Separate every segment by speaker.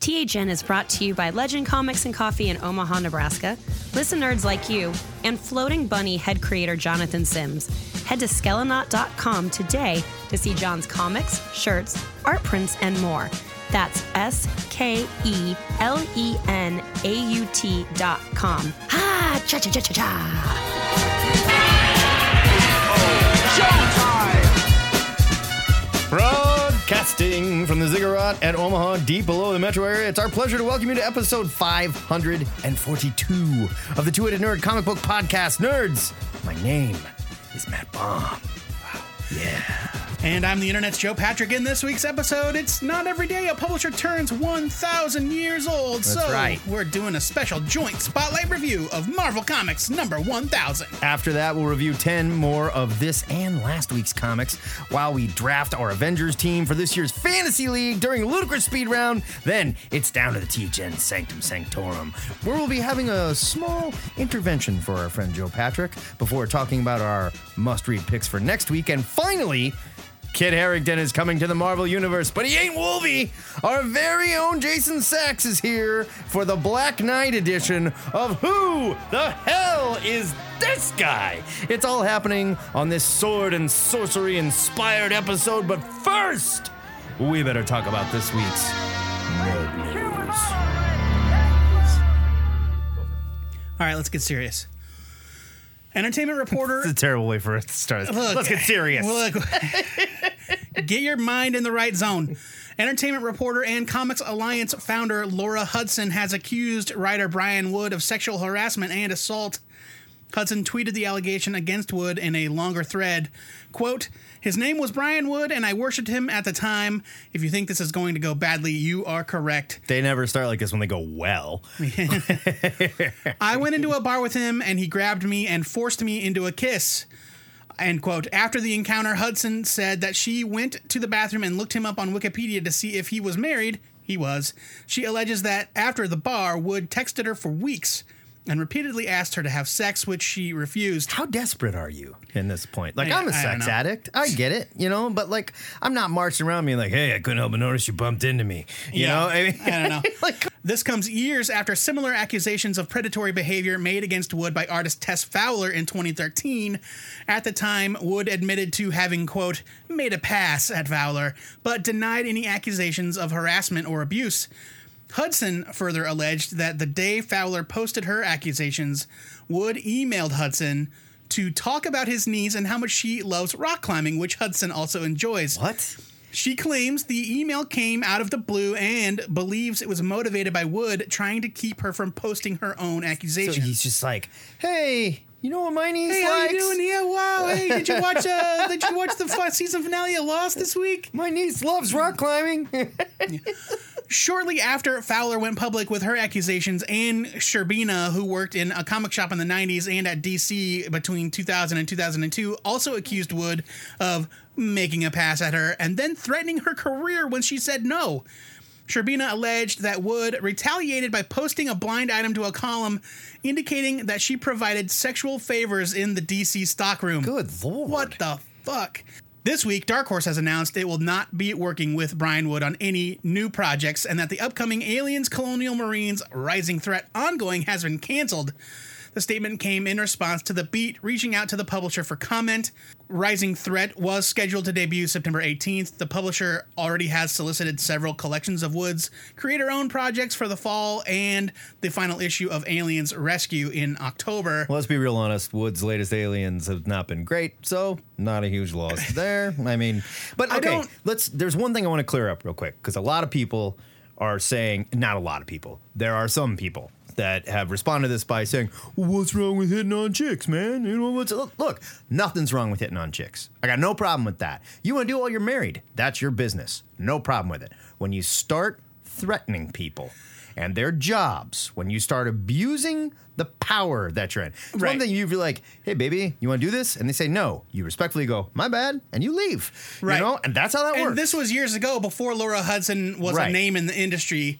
Speaker 1: THN is brought to you by Legend Comics and Coffee in Omaha, Nebraska, listen nerds like you, and Floating Bunny head creator Jonathan Sims. Head to skelenaut.com today to see John's comics, shirts, art prints, and more. That's S K E L E N A U T dot com. Ah, cha cha cha cha cha.
Speaker 2: Broadcasting from the Ziggurat at Omaha, deep below the metro area, it's our pleasure to welcome you to episode 542 of the Two Headed Nerd comic book podcast. Nerds, my name is Matt Baum.
Speaker 3: And I'm the internet's Joe Patrick. In this week's episode, it's not every day a publisher turns 1,000 years old. so
Speaker 2: right.
Speaker 3: we're doing a special joint spotlight review of Marvel Comics number 1,000.
Speaker 2: After that, we'll review 10 more of this and last week's comics while we draft our Avengers team for this year's Fantasy League during Ludicrous Speed Round. Then it's down to the TGen Sanctum Sanctorum, where we'll be having a small intervention for our friend Joe Patrick before talking about our must read picks for next week. And finally, Kid Harrington is coming to the Marvel Universe, but he ain't Wolvie. Our very own Jason Sachs is here for the Black Knight edition of Who the Hell is This Guy? It's all happening on this sword and sorcery inspired episode, but first, we better talk about this week's Nerd News.
Speaker 3: All right, let's get serious. Entertainment Reporter.
Speaker 2: It's a terrible way for us to start.
Speaker 3: Look,
Speaker 2: Let's get serious.
Speaker 3: Look, get your mind in the right zone. Entertainment reporter and Comics Alliance founder Laura Hudson has accused writer Brian Wood of sexual harassment and assault. Hudson tweeted the allegation against Wood in a longer thread. Quote, his name was Brian Wood, and I worshipped him at the time. If you think this is going to go badly, you are correct.
Speaker 2: They never start like this when they go well.
Speaker 3: I went into a bar with him and he grabbed me and forced me into a kiss. End quote. After the encounter, Hudson said that she went to the bathroom and looked him up on Wikipedia to see if he was married. He was. She alleges that after the bar, Wood texted her for weeks and repeatedly asked her to have sex, which she refused.
Speaker 2: how desperate are you in this point? Like,
Speaker 3: I-
Speaker 2: I'm a
Speaker 3: I don't
Speaker 2: sex
Speaker 3: know.
Speaker 2: addict. I get it, you know, but like, I'm not marching around being like, hey, I couldn't help but notice you bumped into me. You
Speaker 3: Yeah.
Speaker 2: know, I mean,
Speaker 3: I don't know.
Speaker 2: like,
Speaker 3: This comes years after similar accusations of predatory behavior made against Wood by artist Tess Fowler in 2013. At the time, Wood admitted to having, quote, made a pass at Fowler, but denied any accusations of harassment or abuse. Hudson further alleged that the day Fowler posted her accusations, Wood emailed Hudson to talk about his knees and how much she loves rock climbing, which Hudson also enjoys.
Speaker 2: what?
Speaker 3: She claims the email came out of the blue and believes it was motivated by Wood trying to keep her from posting her own
Speaker 2: So
Speaker 3: accusations.
Speaker 2: he's just like, hey, you know what my niece
Speaker 3: hey, how
Speaker 2: likes?
Speaker 3: you doing? Yeah, wow. Hey, did you watch? Uh, did you watch the fi- season finale of Lost this week?
Speaker 2: My niece loves rock climbing.
Speaker 3: Shortly after Fowler went public with her accusations, Anne Sherbina, who worked in a comic shop in the 90s and at DC between 2000 and 2002, also accused Wood of making a pass at her and then threatening her career when she said no. Sherbina alleged that Wood retaliated by posting a blind item to a column indicating that she provided sexual favors in the DC stockroom.
Speaker 2: Good lord.
Speaker 3: What the fuck? This week, Dark Horse has announced it will not be working with Brian Wood on any new projects and that the upcoming Aliens, Colonial Marines, Rising Threat ongoing has been canceled. The statement came in response to The Beat reaching out to the publisher for comment. Rising Threat was scheduled to debut September 18th. The publisher already has solicited several collections of Wood's creator owned projects for the fall and the final issue of Aliens Rescue in October.
Speaker 2: Let's be real honest. Wood's latest aliens have not been great, so not a huge loss there. I mean, but okay,
Speaker 3: I don't-
Speaker 2: let's. There's one thing I want to clear up real quick because a lot of people are saying, not a lot of people. There are some people that have responded to this by saying, "What's wrong with hitting on chicks, man? You know what's look, look? Nothing's wrong with hitting on chicks. I got no problem with that. You want to do it while you're married? That's your business. No problem with it. When you start threatening people." And their jobs when you start abusing the power that you're in. It's One
Speaker 3: Right.
Speaker 2: thing you'd be like, hey, baby, you want to do this? And they say no. You respectfully go, my bad, and you leave.
Speaker 3: Right.
Speaker 2: You know, and that's how that
Speaker 3: And
Speaker 2: works.
Speaker 3: this was years ago before Laura Hudson was
Speaker 2: Right.
Speaker 3: a name in the industry,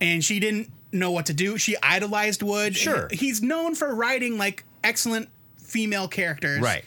Speaker 3: and she didn't know what to do. She idolized Wood.
Speaker 2: Sure.
Speaker 3: He's known for writing like excellent female characters.
Speaker 2: right.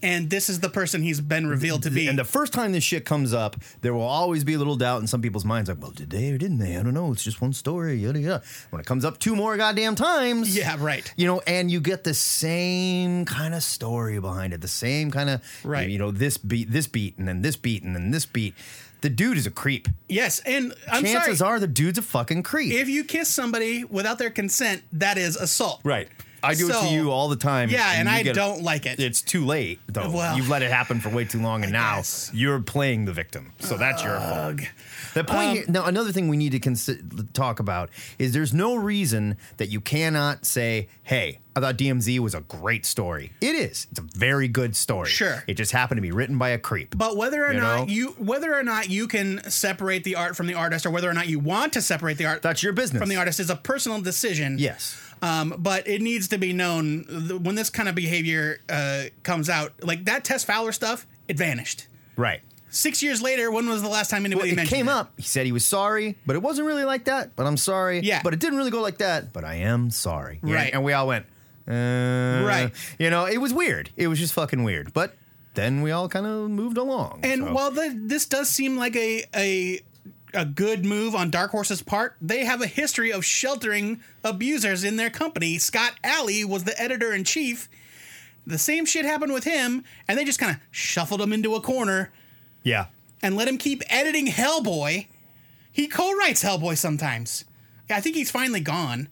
Speaker 3: and this is the person he's been revealed to be.
Speaker 2: And the first time this shit comes up, there will always be a little doubt in some people's minds, like, well, did they or didn't they? I don't know. It's just one story. Yada yada. When it comes up two more goddamn times,
Speaker 3: Yeah, right.
Speaker 2: You know, and you get the same kind of story behind it, the same kind of
Speaker 3: Right.
Speaker 2: You know, this beat, this beat, and then this beat, and then this beat. The dude is a creep.
Speaker 3: yes, and I'm
Speaker 2: Chances
Speaker 3: sorry.
Speaker 2: are, the dude's a fucking creep.
Speaker 3: if you kiss somebody without their consent, that is assault.
Speaker 2: right. I do it
Speaker 3: So-
Speaker 2: to you all the time.
Speaker 3: Yeah, and
Speaker 2: you
Speaker 3: I
Speaker 2: get-
Speaker 3: don't like it.
Speaker 2: It's too late, though.
Speaker 3: Well,
Speaker 2: You've let it happen for way too long, and now
Speaker 3: guess.
Speaker 2: you're playing the victim. So that's your fault.
Speaker 3: Ugh. Um,
Speaker 2: The point here, now, another thing we need to consider, talk about is there's no reason that you cannot say, "Hey, I thought DMZ was a great story." It is. It's a very good story.
Speaker 3: Sure.
Speaker 2: It just happened to be written by a creep.
Speaker 3: But whether or
Speaker 2: You
Speaker 3: not
Speaker 2: know?
Speaker 3: you whether or not you can separate the art from the artist, or whether or not you want to separate the art
Speaker 2: that's your business.
Speaker 3: from the artist, is a personal decision.
Speaker 2: Yes.
Speaker 3: Um, but it needs to be known th- when this kind of behavior uh, comes out, like that Tess Fowler stuff, it vanished.
Speaker 2: Right.
Speaker 3: Six years later, when was the last time anybody
Speaker 2: It
Speaker 3: mentioned
Speaker 2: came up. He said he was sorry, but it wasn't really like that. But I'm sorry.
Speaker 3: Yeah.
Speaker 2: But it didn't really go like that. But I am sorry. Yeah,
Speaker 3: Right.
Speaker 2: And we all went. Uh, right. You know, it was weird. It was just fucking weird. But then we all kind of moved along.
Speaker 3: And
Speaker 2: so.
Speaker 3: while the, this does seem like a a a good move on Dark Horse's part, they have a history of sheltering abusers in their company. Scott Alley was the editor in chief. The same shit happened with him, and they just kind of shuffled him into a corner
Speaker 2: yeah.
Speaker 3: and let him keep editing Hellboy. He co-writes Hellboy sometimes. I think he's finally gone.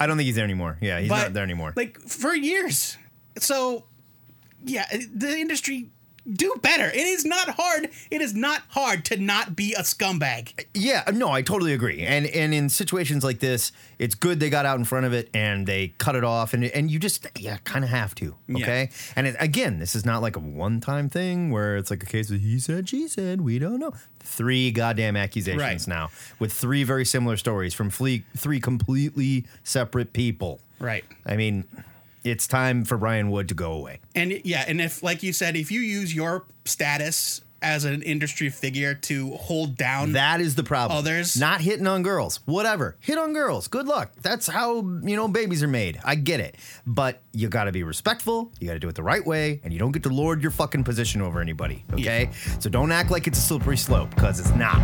Speaker 2: I don't think he's there anymore. Yeah, he's
Speaker 3: but
Speaker 2: not there anymore.
Speaker 3: Like for years. So yeah, the industry do better. It is not hard. It is not hard to not be a scumbag.
Speaker 2: Yeah, no, I totally agree. And and in situations like this, it's good they got out in front of it and they cut it off and and you just yeah, kind of have to, okay? And it, again, this is not like a one-time thing where it's like a case of he said, she said, we don't know. Three goddamn accusations
Speaker 3: Right.
Speaker 2: now with three very similar stories from flee- three completely separate people.
Speaker 3: Right.
Speaker 2: I mean, it's time for Brian Wood to go away.
Speaker 3: And yeah, and if like you said, if you use your status as an industry figure to hold down
Speaker 2: That is the problem.
Speaker 3: Others?
Speaker 2: not hitting on girls, whatever. Hit on girls. Good luck. That's how you know babies are made. I get it, but you got to be respectful. You got to do it the right way, and you don't get to lord your fucking position over anybody. Okay, so don't act like it's a slippery slope because it's not.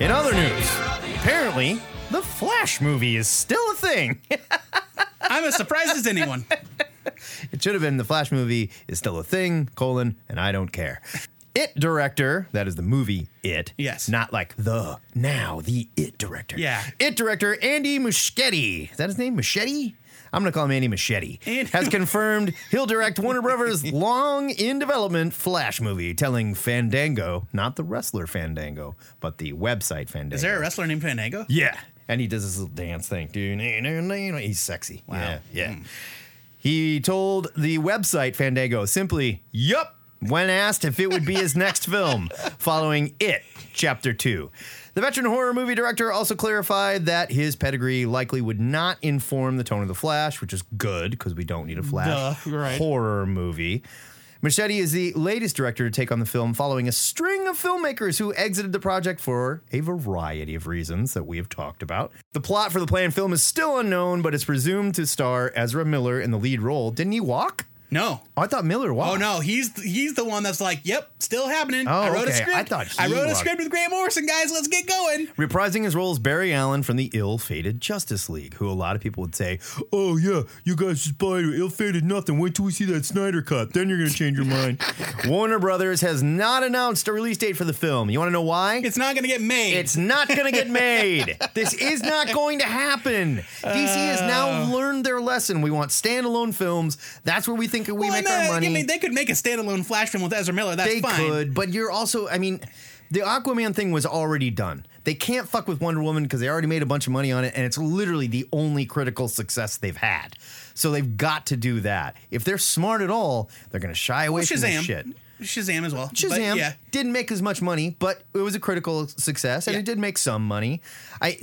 Speaker 2: In other news, apparently the Flash movie is still a thing.
Speaker 3: I'm as surprised as anyone.
Speaker 2: It should have been the Flash movie is still a thing, colon, and I don't care. It director, that is the movie It.
Speaker 3: Yes.
Speaker 2: Not like the, now, the It director.
Speaker 3: Yeah.
Speaker 2: It director Andy Muschietti. Is that his name? Muschietti? I'm going to call him Andy Muschietti.
Speaker 3: Andy-
Speaker 2: Has confirmed he'll direct Warner Brothers' long in development Flash movie, telling Fandango, not the wrestler Fandango, but the website Fandango.
Speaker 3: Is there a wrestler named Fandango?
Speaker 2: Yeah. And he does this little dance thing. dude. He's sexy. Wow. Yeah. yeah. He told the website Fandango simply, Yup, when asked if it would be his next film, following It, Chapter 2. The veteran horror movie director also clarified that his pedigree likely would not inform the tone of The Flash, which is good because we don't need a Flash
Speaker 3: Duh, right.
Speaker 2: horror movie. Machete is the latest director to take on the film following a string of filmmakers who exited the project for a variety of reasons that we have talked about. The plot for the planned film is still unknown, but it's presumed to star Ezra Miller in the lead role. Didn't he walk?
Speaker 3: No.
Speaker 2: Oh, I thought Miller walked.
Speaker 3: Oh no, he's he's the one that's like, yep, still happening.
Speaker 2: Oh,
Speaker 3: I wrote
Speaker 2: okay.
Speaker 3: a script.
Speaker 2: I thought
Speaker 3: I
Speaker 2: he
Speaker 3: wrote a
Speaker 2: was-
Speaker 3: script with Graham Morrison, guys. Let's get going.
Speaker 2: Reprising his role as Barry Allen from the ill-fated Justice League, who a lot of people would say, "Oh yeah, you guys just buy ill-fated nothing. Wait till we see that Snyder cut, then you're gonna change your mind." Warner Brothers has not announced a release date for the film. You want to know why?
Speaker 3: It's not gonna get made.
Speaker 2: It's not going to get made. this is not going to happen. DC has
Speaker 3: Uh.
Speaker 2: now learned their lesson. We want standalone films. That's where we think we make
Speaker 3: I
Speaker 2: our
Speaker 3: mean,
Speaker 2: money.
Speaker 3: I mean, they could make a standalone Flash film with Ezra Miller. That's
Speaker 2: they
Speaker 3: fine.
Speaker 2: could, but you're also, I mean, the Aquaman thing was already done. They can't fuck with Wonder Woman because they already made a bunch of money on it, and it's literally the only critical success they've had. So they've got to do that. If they're smart at all, they're going to shy away from
Speaker 3: Shazam.
Speaker 2: this shit.
Speaker 3: Shazam as well. But
Speaker 2: Shazam
Speaker 3: yeah.
Speaker 2: didn't make as much money, but it was a critical success, and
Speaker 3: Yeah.
Speaker 2: it did make some money. I.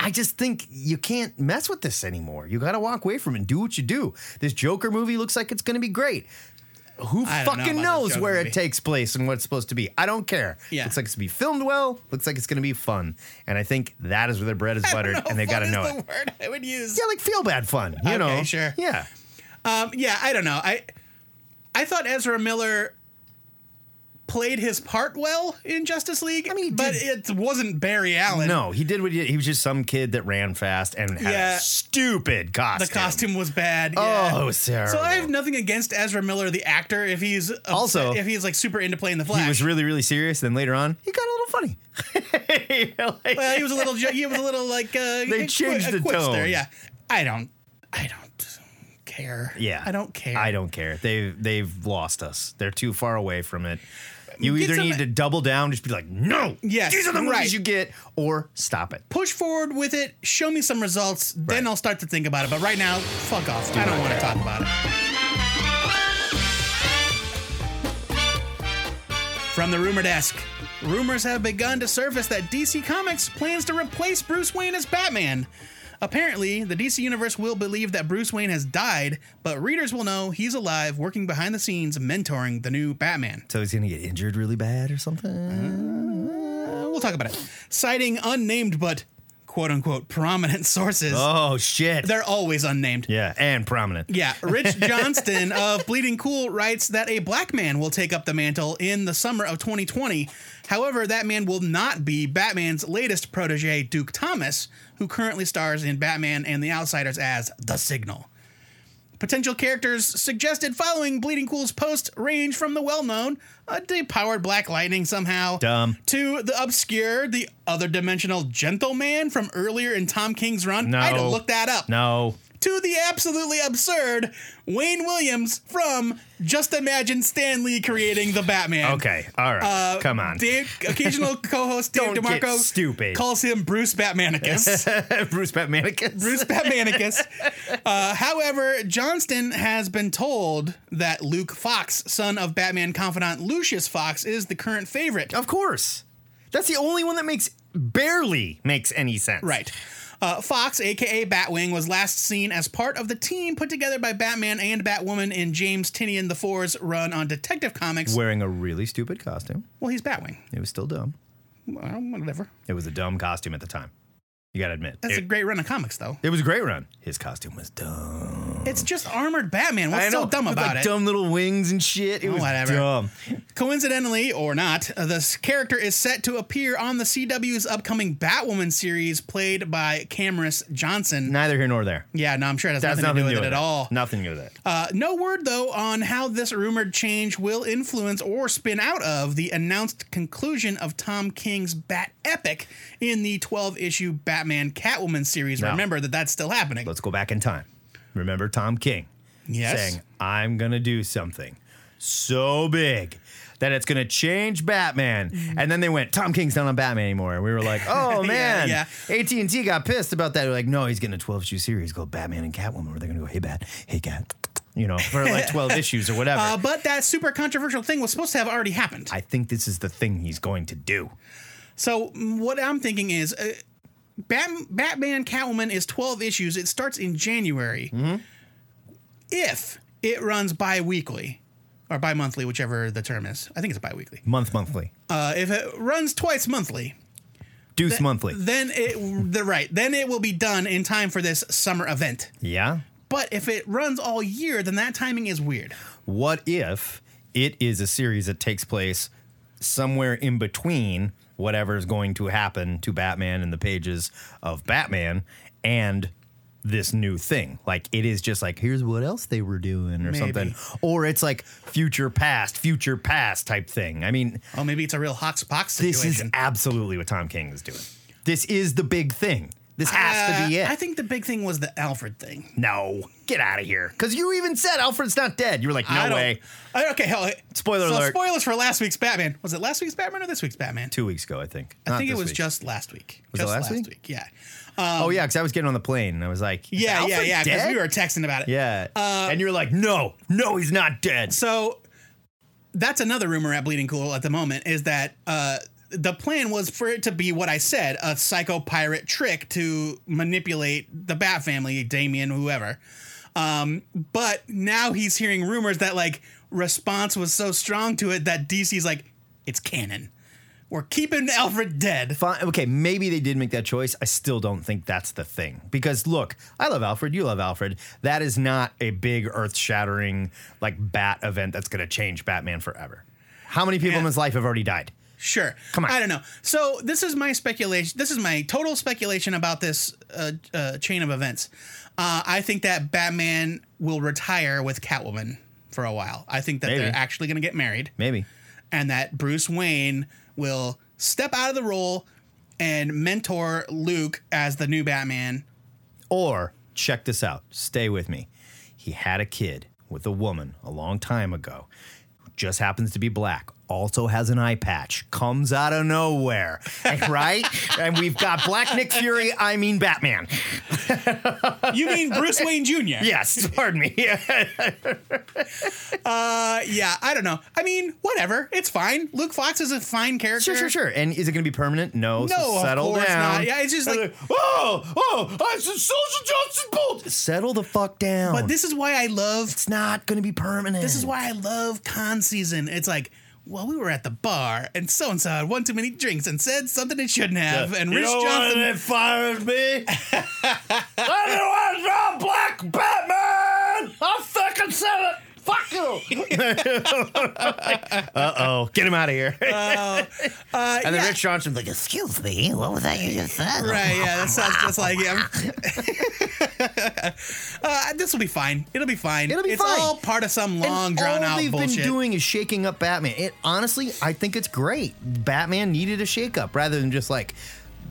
Speaker 2: I just think you can't mess with this anymore. You got to walk away from it and do what you do. This Joker movie looks like it's going to be great. Who
Speaker 3: I don't know
Speaker 2: fucking
Speaker 3: about this
Speaker 2: knows
Speaker 3: Joker
Speaker 2: where
Speaker 3: movie.
Speaker 2: it takes place and what it's supposed to be? I don't care.
Speaker 3: Yeah.
Speaker 2: Looks like it's going to be filmed well. Looks like it's going to be fun. And I think that is where their bread is
Speaker 3: I don't
Speaker 2: buttered,
Speaker 3: know,
Speaker 2: and they
Speaker 3: fun
Speaker 2: got to
Speaker 3: is
Speaker 2: know
Speaker 3: the
Speaker 2: it.
Speaker 3: word I would use.
Speaker 2: Yeah, like feel bad fun. You
Speaker 3: Okay,
Speaker 2: know,
Speaker 3: sure.
Speaker 2: Yeah.
Speaker 3: Um, yeah, I don't know. I I thought Ezra Miller played his part well in Justice League, I
Speaker 2: mean, he
Speaker 3: but it wasn't Barry Allen.
Speaker 2: No, he did what he did. He was just some kid that ran fast and had
Speaker 3: Yeah.
Speaker 2: a stupid costume.
Speaker 3: The costume was bad.
Speaker 2: Oh,
Speaker 3: yeah.
Speaker 2: it was terrible.
Speaker 3: So I have nothing against Ezra Miller, the actor, if he's upset-
Speaker 2: Also-
Speaker 3: if he's like super into playing the Flash.
Speaker 2: he was really, really serious. Then later on, he got a little funny. Like-
Speaker 3: Well, he was a little. ju- He was a little like. Uh,
Speaker 2: They
Speaker 3: a
Speaker 2: changed
Speaker 3: qui-
Speaker 2: the
Speaker 3: a quipster,
Speaker 2: tone.
Speaker 3: Yeah, I don't. I don't care.
Speaker 2: yeah,
Speaker 3: I don't care.
Speaker 2: I don't care. They they've lost us. They're too far away from it. You
Speaker 3: Get
Speaker 2: either
Speaker 3: some-
Speaker 2: need to double down, just be like, no,
Speaker 3: Yes,
Speaker 2: these are the movies
Speaker 3: right.
Speaker 2: you get, or stop it.
Speaker 3: Push forward with it. Show me some results. Then
Speaker 2: Right.
Speaker 3: I'll start to think about it. But right now, fuck off. I don't
Speaker 2: not
Speaker 3: want to
Speaker 2: care.
Speaker 3: talk about it. From the rumor desk, rumors have begun to surface that DC Comics plans to replace Bruce Wayne as Batman. Apparently, the DC Universe will believe that Bruce Wayne has died, but readers will know he's alive, working behind the scenes, mentoring the new Batman.
Speaker 2: So he's gonna get injured really bad or
Speaker 3: Mm-hmm.
Speaker 2: something.
Speaker 3: Uh, We'll talk about it. Citing unnamed but quote unquote prominent sources,
Speaker 2: Oh shit!
Speaker 3: they're always unnamed.
Speaker 2: yeah, and prominent.
Speaker 3: Yeah, Rich Johnston of Bleeding Cool writes that a black man will take up the mantle in the summer of 2020. However, that man will not be Batman's latest protege, Duke Thomas, who currently stars in Batman and the Outsiders as The Signal. Potential characters suggested following Bleeding Cool's post range from the well known, a depowered Black Lightning somehow,
Speaker 2: Dumb.
Speaker 3: to the obscure, the other dimensional gentleman from earlier in Tom King's run.
Speaker 2: No.
Speaker 3: I had to look that up
Speaker 2: No.
Speaker 3: to the absolutely absurd Wayne Williams from Just Imagine Stan Lee creating the Batman.
Speaker 2: Okay. All right.
Speaker 3: Uh,
Speaker 2: Come on.
Speaker 3: Dave, occasional co-host Dave
Speaker 2: Don't
Speaker 3: DeMarco
Speaker 2: get stupid.
Speaker 3: calls him Bruce Batmanicus.
Speaker 2: Bruce Batmanicus.
Speaker 3: Bruce Batmanicus. Uh, however, Johnston has been told that Luke Fox, son of Batman confidant Lucius Fox, is the current favorite.
Speaker 2: Of course. That's the only one that makes barely makes any sense.
Speaker 3: Right. Uh, Fox, aka Batwing, was last seen as part of the team put together by Batman and Batwoman in James Tinian IV's run on Detective Comics.
Speaker 2: Wearing a really stupid costume.
Speaker 3: Well, he's Batwing.
Speaker 2: It was still dumb.
Speaker 3: Well, whatever.
Speaker 2: It was a dumb costume at the time. You gotta admit.
Speaker 3: That's
Speaker 2: it,
Speaker 3: a great run of comics, though.
Speaker 2: it was a great run. His costume was dumb.
Speaker 3: It's just armored Batman. What's
Speaker 2: I know.
Speaker 3: so dumb
Speaker 2: With,
Speaker 3: about
Speaker 2: like,
Speaker 3: it? Oh,
Speaker 2: Dumb little wings and shit. It was
Speaker 3: Whatever.
Speaker 2: dumb.
Speaker 3: Coincidentally or not, uh, this character is set to appear on the CW's upcoming Batwoman series, played by Cameras Johnson.
Speaker 2: Neither here nor there.
Speaker 3: Yeah, no, I'm sure it has
Speaker 2: That's
Speaker 3: nothing,
Speaker 2: nothing
Speaker 3: to do with it at all.
Speaker 2: Nothing to do with it.
Speaker 3: Uh, no word though on how this rumored change will influence or spin out of the announced conclusion of Tom King's Bat Epic in the 12 issue Batman Catwoman series.
Speaker 2: No.
Speaker 3: Remember that that's still happening.
Speaker 2: Let's go back in time. Remember Tom King
Speaker 3: Yes.
Speaker 2: saying, I'm going to do something so big that it's going to change Batman. And then they went, Tom King's not on Batman anymore. And we were like, oh, man.
Speaker 3: Mm-hmm. yeah.
Speaker 2: AT&T got pissed about that. They're like, no, he's getting a 12-issue series called Batman and Catwoman where they're going to go, hey, Bat, hey, Cat, you know, for like 12 issues or whatever.
Speaker 3: Uh, but that super controversial thing was supposed to have already happened.
Speaker 2: I think this is the thing he's going to do.
Speaker 3: So mm, what I'm thinking is, uh, Bat- Batman Catwoman is 12 issues. It starts in January.
Speaker 2: Mm-hmm.
Speaker 3: If it runs bi-weekly or bi-monthly, whichever the term is. I think it's bi-weekly.
Speaker 2: Month monthly.
Speaker 3: Uh, if it runs twice monthly,
Speaker 2: Deuce monthly.
Speaker 3: then it the right then it will be done in time for this summer event.
Speaker 2: yeah.
Speaker 3: But if it runs all year, then that timing is weird.
Speaker 2: What if it is a series that takes place somewhere in between whatever is going to happen to Batman in the pages of Batman and this new thing? Like it is just like here's what else they were doing or
Speaker 3: Maybe.
Speaker 2: something, or it's like future past, future past type thing. I mean,
Speaker 3: Oh, maybe it's a real Hox Pox
Speaker 2: this
Speaker 3: situation.
Speaker 2: is absolutely what Tom King is doing. This is the big thing. This has to be
Speaker 3: Uh,
Speaker 2: it.
Speaker 3: I think the big thing was the Alfred thing.
Speaker 2: no, get out of here. Because you even said Alfred's not dead. You were like,
Speaker 3: I
Speaker 2: no
Speaker 3: don't-
Speaker 2: way.
Speaker 3: I- okay, hell,
Speaker 2: Spoiler
Speaker 3: so
Speaker 2: alert.
Speaker 3: Spoilers for last week's Batman. Was it last week's Batman or this week's Batman?
Speaker 2: Two weeks ago, I think.
Speaker 3: I
Speaker 2: Not
Speaker 3: think it
Speaker 2: this
Speaker 3: was
Speaker 2: week.
Speaker 3: just last week.
Speaker 2: Was it
Speaker 3: just
Speaker 2: last week?
Speaker 3: Yeah.
Speaker 2: oh yeah, because I was getting on the plane and I was like, is
Speaker 3: Yeah, yeah,
Speaker 2: Alfred
Speaker 3: yeah. Because
Speaker 2: dead?
Speaker 3: we were Uh, texting about it.
Speaker 2: yeah, and you're like, no, no, he's not dead.
Speaker 3: So that's another rumor at Bleeding Cool at the moment is that uh, the plan was for it to be what I said a psycho pirate trick to manipulate the Bat family, Damien, whoever. Um, but now he's hearing rumors that like response was so strong to it that DC's like, it's canon. We're keeping Alfred dead.
Speaker 2: Fine. Okay, maybe they did make that choice. I still don't think that's the thing. Because look, I love Alfred. You love Alfred. That is not a big earth shattering, like, bat event that's going to change Batman forever. How many people
Speaker 3: Yeah.
Speaker 2: in his life have already died?
Speaker 3: Sure.
Speaker 2: Come on.
Speaker 3: I don't know. So this is my speculation. This is my total speculation about this uh, uh, chain of events. Uh, I think that Batman will retire with Catwoman for a while. I think that
Speaker 2: Maybe.
Speaker 3: they're actually going to get married,
Speaker 2: Maybe.
Speaker 3: and that Bruce Wayne will step out of the role and mentor Luke as the new Batman.
Speaker 2: Or check this out. Stay with me. He had a kid with a woman a long time ago who just happens to be black, also has an eye patch, comes out of nowhere, right? and we've got Black Nick Fury, I mean Batman.
Speaker 3: You mean Bruce Wayne Jr.?
Speaker 2: Yes, pardon me.
Speaker 3: Uh, yeah. I don't know. I mean, whatever. It's fine. Luke Fox is a fine character.
Speaker 2: sure, sure, sure. And is it going to be permanent? No.
Speaker 3: No,
Speaker 2: so
Speaker 3: of
Speaker 2: settle
Speaker 3: course
Speaker 2: down.
Speaker 3: not. Yeah, it's just like
Speaker 2: oh, oh, it's a social justice bolt. Settle the fuck down.
Speaker 3: But this is why I love.
Speaker 2: it's not going to be permanent.
Speaker 3: This is why I love con season. It's like, well, we were at the bar and so and so had one too many drinks and said something it shouldn't have. and Rich Johnson.
Speaker 2: fires me? Anyone not black Batman? I fucking said it. Fuck you. uh oh, get him out of here.
Speaker 3: Uh,
Speaker 2: and then
Speaker 3: yeah,
Speaker 2: Rich Johnson's like, "Excuse me, what was that you just said?"
Speaker 3: right, yeah, that sounds just like him. uh, this will be fine. It'll be fine.
Speaker 2: It'll be
Speaker 3: it's
Speaker 2: fine.
Speaker 3: all part of some
Speaker 2: And
Speaker 3: long, drawn
Speaker 2: all
Speaker 3: out
Speaker 2: they've
Speaker 3: bullshit.
Speaker 2: been doing is shaking up Batman. It honestly, I think it's great. Batman needed a shake up rather than just like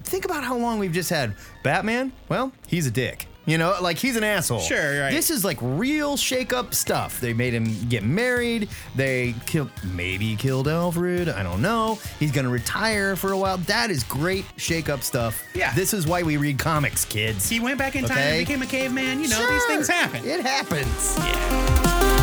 Speaker 2: think about how long we've just had Batman. Well, he's a dick. You know, like he's an asshole.
Speaker 3: Sure, right.
Speaker 2: This is like real shake up stuff. They made him get married. They killed maybe killed Alfred. I don't know. He's gonna retire for a while. That is great shake up stuff.
Speaker 3: Yeah.
Speaker 2: This is why we read comics, kids.
Speaker 3: he went back in time
Speaker 2: Okay.
Speaker 3: and became a caveman. You know, these
Speaker 2: Sure,
Speaker 3: things happen.
Speaker 2: It happens.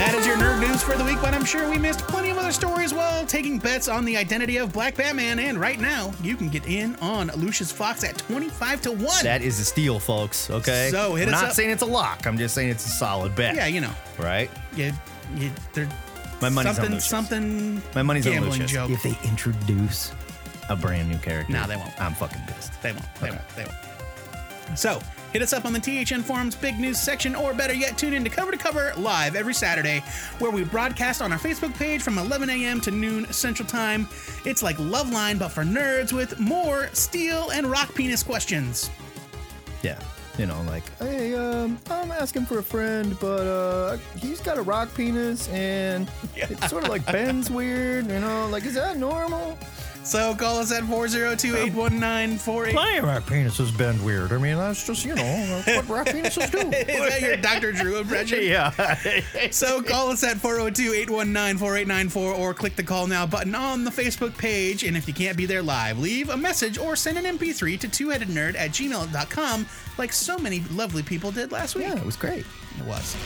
Speaker 3: That is your nerd news for the week, but I'm sure we missed plenty of other stories while taking bets on the identity of Black Batman. And right now, you can get in on Lucius Fox at 25 to 1.
Speaker 2: That is a steal, folks. Okay.
Speaker 3: So, hit
Speaker 2: I'm
Speaker 3: us
Speaker 2: not
Speaker 3: up.
Speaker 2: saying it's a lock. I'm just saying it's a solid bet.
Speaker 3: yeah, you know,
Speaker 2: Right.
Speaker 3: you, you, there,
Speaker 2: My money's on
Speaker 3: something,
Speaker 2: Lucius.
Speaker 3: Something.
Speaker 2: My money's on
Speaker 3: gambling
Speaker 2: Lucius.
Speaker 3: joke.
Speaker 2: If they introduce a brand new character,
Speaker 3: No, they won't.
Speaker 2: I'm fucking pissed.
Speaker 3: They won't. They won't. They won't. So, hit us up on the THN Forum's big news section, or better yet, tune in to Cover to Cover live every Saturday, where we broadcast on our Facebook page from 11 a.m. to noon Central Time. It's like Loveline, but for nerds with more steel and rock penis questions.
Speaker 2: Yeah. You know, like, hey, um, I'm asking for a friend, but uh, he's got a rock penis, and it sort of like bends weird. You know, like, is that normal?
Speaker 3: So, call us at 402 819 48.
Speaker 2: My rock penises bend weird. I mean, that's just you know that's what rock penises
Speaker 3: Is
Speaker 2: do.
Speaker 3: that your Dr. Drew impression?
Speaker 2: yeah.
Speaker 3: So call us at 402-819-4894 or click the call now button on the Facebook page. And if you can't be there live, leave a message or send an MP3 to twoheadednerd at gmail.com like so many lovely people did last week.
Speaker 2: Yeah, it was great.
Speaker 3: It was.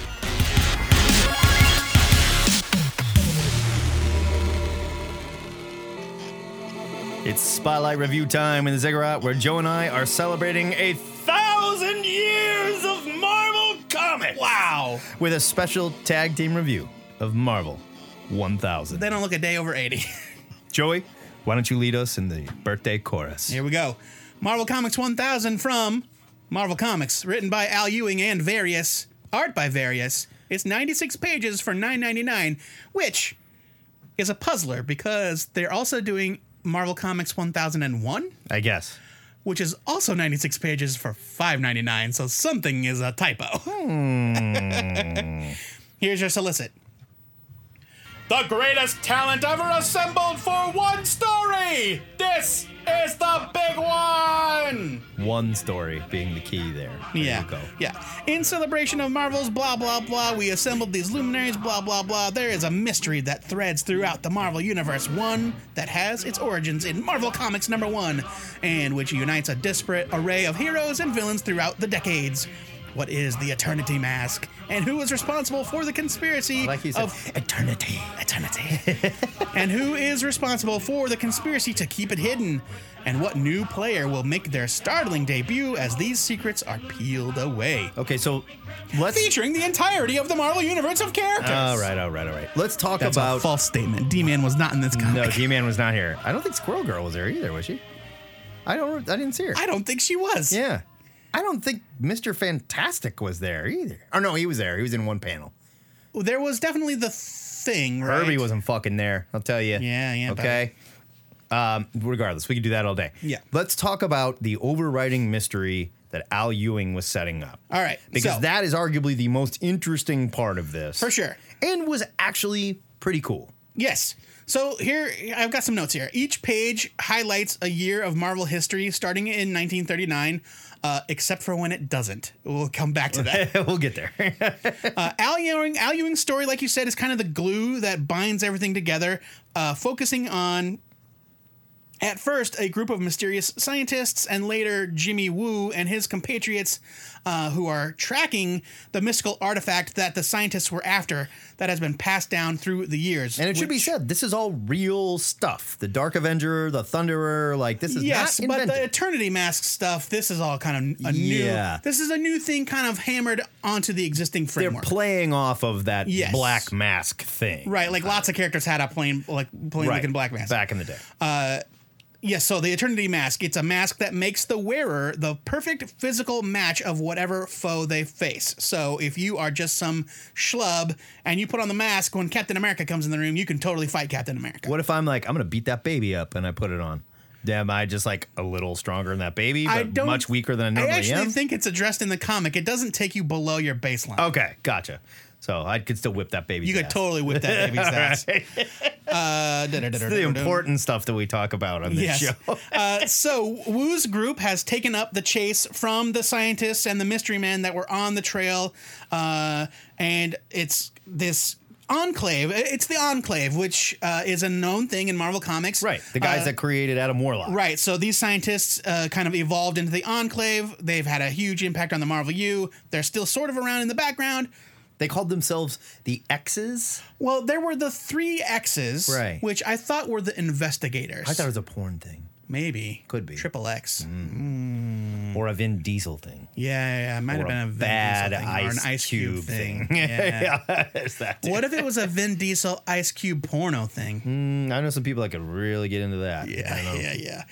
Speaker 2: It's Spotlight Review time in the Ziggurat, where Joe and I are celebrating a thousand years of Marvel Comics.
Speaker 3: Wow.
Speaker 2: With a special tag team review of Marvel 1000.
Speaker 3: They don't look a day over 80.
Speaker 2: Joey, why don't you lead us in the birthday chorus?
Speaker 3: Here we go. Marvel Comics 1000 from Marvel Comics, written by Al Ewing and Various, art by Various. It's 96 pages for 9.99, which is a puzzler because they're also doing Marvel Comics 1001,
Speaker 2: I guess.
Speaker 3: which is also 96 pages for 5.99, so something is a typo. Here's your solicit.
Speaker 4: The greatest talent ever assembled for one story! This is the big one!
Speaker 2: One story being the key there. There
Speaker 3: yeah.
Speaker 2: You go.
Speaker 3: Yeah. In celebration of Marvel's blah blah blah, we assembled these luminaries blah blah blah. There is a mystery that threads throughout the Marvel universe, one that has its origins in Marvel Comics number 1 and which unites a disparate array of heroes and villains throughout the decades. What is the Eternity Mask? And who is responsible for the conspiracy
Speaker 2: Like he said,
Speaker 3: of
Speaker 2: eternity.
Speaker 3: eternity. and who is responsible for the conspiracy to keep it hidden? And what new player will make their startling debut as these secrets are peeled away?
Speaker 2: Okay, so let's.
Speaker 3: Featuring the entirety of the Marvel Universe of characters.
Speaker 2: All right, all right, all right. Let's talk
Speaker 3: That's
Speaker 2: about.
Speaker 3: a false statement. D Man was not in this comic.
Speaker 2: No, G Man was not here. I don't think Squirrel Girl was there either, was she? I don't. I didn't see her.
Speaker 3: I don't think she was.
Speaker 2: yeah, I don't think Mister Fantastic was there either. Oh no, he was there. He was in one panel.
Speaker 3: There was definitely the thing, right?
Speaker 2: Herbie wasn't fucking there. I'll tell you.
Speaker 3: Yeah, yeah,
Speaker 2: Okay. Um, regardless, we could do that all day.
Speaker 3: Yeah.
Speaker 2: Let's talk about the overriding mystery that Al Ewing was setting up.
Speaker 3: All right,
Speaker 2: Because
Speaker 3: so-
Speaker 2: that is arguably the most interesting part of this.
Speaker 3: For sure.
Speaker 2: And was actually pretty cool.
Speaker 3: Yes. So here, I've got some notes here. Each page highlights a year of Marvel history starting in 1939, uh, except for when it doesn't. We'll come back to that.
Speaker 2: we'll get there.
Speaker 3: Uh, Al, Ewing, Al Ewing's story, like you said, is kind of the glue that binds everything together, uh, focusing on, at first, a group of mysterious scientists, and later, Jimmy Woo and his compatriots uh, who are tracking the mystical artifact that the scientists were after that has been passed down through the years.
Speaker 2: And it should be said, this is all real stuff. The Dark Avenger, the Thunderer, like this is
Speaker 3: Yes,
Speaker 2: not
Speaker 3: but the
Speaker 2: invented.
Speaker 3: Eternity Mask stuff, this is all kind of a
Speaker 2: Yeah.
Speaker 3: new. This is a new thing kind of hammered onto the existing
Speaker 2: They're
Speaker 3: framework.
Speaker 2: playing off of that
Speaker 3: Yes.
Speaker 2: black mask thing.
Speaker 3: right, like lots of characters had a plain like plain
Speaker 2: Right.
Speaker 3: looking black mask. Uh,
Speaker 2: Back in the day.
Speaker 3: Yes, so the Eternity Mask, it's a mask that makes the wearer the perfect physical match of whatever foe they face. So if you are just some schlub and you put on the mask when Captain America comes in the room, you can totally fight Captain America.
Speaker 2: What if I'm like, I'm gonna beat that baby up, and I put it on? Am I just like a little stronger than that baby, but much weaker than I
Speaker 3: I
Speaker 2: normally
Speaker 3: actually
Speaker 2: am? Oh,
Speaker 3: think it's addressed in the comic. It doesn't take you below your baseline.
Speaker 2: okay, gotcha. So I could still whip that baby.
Speaker 3: You could totally whip that baby's ass. Uh,
Speaker 2: The important stuff that we talk about on this
Speaker 3: Yes.
Speaker 2: show.
Speaker 3: uh, so Wu's group has taken up the chase from the scientists and the mystery men that were on the trail, uh, and it's this enclave. It's the enclave, which uh, is a known thing in Marvel Comics. Uh,
Speaker 2: right, the guys that created Adam Warlock.
Speaker 3: Right. So these scientists uh, kind of evolved into the enclave. They've had a huge impact on the Marvel U. They're still sort of around in the background.
Speaker 2: They called themselves the X's.
Speaker 3: Well, there were the three X's,
Speaker 2: Right.
Speaker 3: which I thought were the investigators.
Speaker 2: I thought it was a porn thing
Speaker 3: maybe
Speaker 2: Could be.
Speaker 3: triple X.
Speaker 2: or a Vin Diesel thing.
Speaker 3: Yeah, yeah, it might have
Speaker 2: or
Speaker 3: been a Vin
Speaker 2: bad
Speaker 3: Diesel thing
Speaker 2: ice,
Speaker 3: or an ice
Speaker 2: cube, thing.
Speaker 3: Yeah.
Speaker 2: it's that.
Speaker 3: what if it was a Vin Diesel ice cube porno thing?
Speaker 2: Mm, I know some people that could really get into that. I don't
Speaker 3: Yeah,
Speaker 2: know.
Speaker 3: yeah, yeah.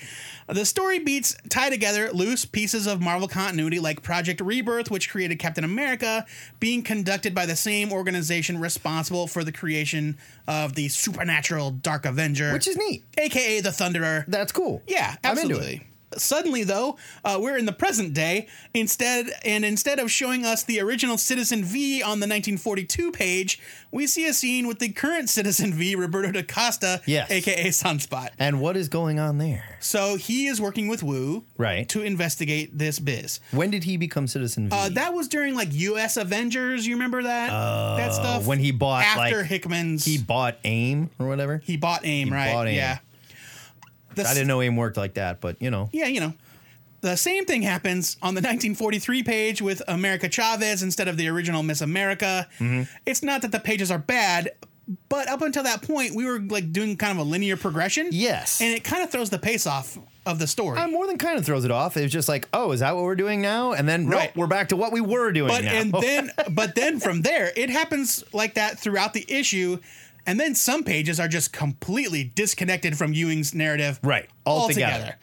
Speaker 3: The story beats tie together loose pieces of Marvel continuity like Project Rebirth, which created Captain America, being conducted by the same organization responsible for the creation of the supernatural Dark Avenger,
Speaker 2: Which is neat.
Speaker 3: aka the Thunderer.
Speaker 2: That's cool.
Speaker 3: Yeah,
Speaker 2: I'm into
Speaker 3: absolutely.
Speaker 2: it.
Speaker 3: Suddenly, though, uh, we're in the present day instead, and instead of showing us the original Citizen V on the 1942 page, we see a scene with the current Citizen V, Roberto da Costa,
Speaker 2: Yes.
Speaker 3: aka Sunspot.
Speaker 2: And what is going on there?
Speaker 3: So he is working with Wu,
Speaker 2: Right.
Speaker 3: to investigate this biz.
Speaker 2: When did he become Citizen V?
Speaker 3: Uh, that was during like U.S. Avengers. You remember that that stuff
Speaker 2: Oh, when he bought,
Speaker 3: after
Speaker 2: like,
Speaker 3: Hickman's.
Speaker 2: he bought AIM or whatever.
Speaker 3: he bought AIM, right?
Speaker 2: bought AIM.
Speaker 3: Yeah. The
Speaker 2: I didn't know AIM worked like that, but you know.
Speaker 3: yeah, you know. The same thing happens on the 1943 page with America Chavez instead of the original Miss America. It's not that the pages are bad, but up until that point, we were like doing kind of a linear progression.
Speaker 2: Yes.
Speaker 3: And it kind of throws the pace off of the story.
Speaker 2: Uh, more than kind of throws it off. It's just like, oh, is that what we're doing now? And then,
Speaker 3: Right.
Speaker 2: nope, we're back to what we were doing
Speaker 3: but
Speaker 2: now.
Speaker 3: and then but then from there, it happens like that throughout the issue. And then some pages are just completely disconnected from Ewing's narrative.
Speaker 2: Right. Altogether.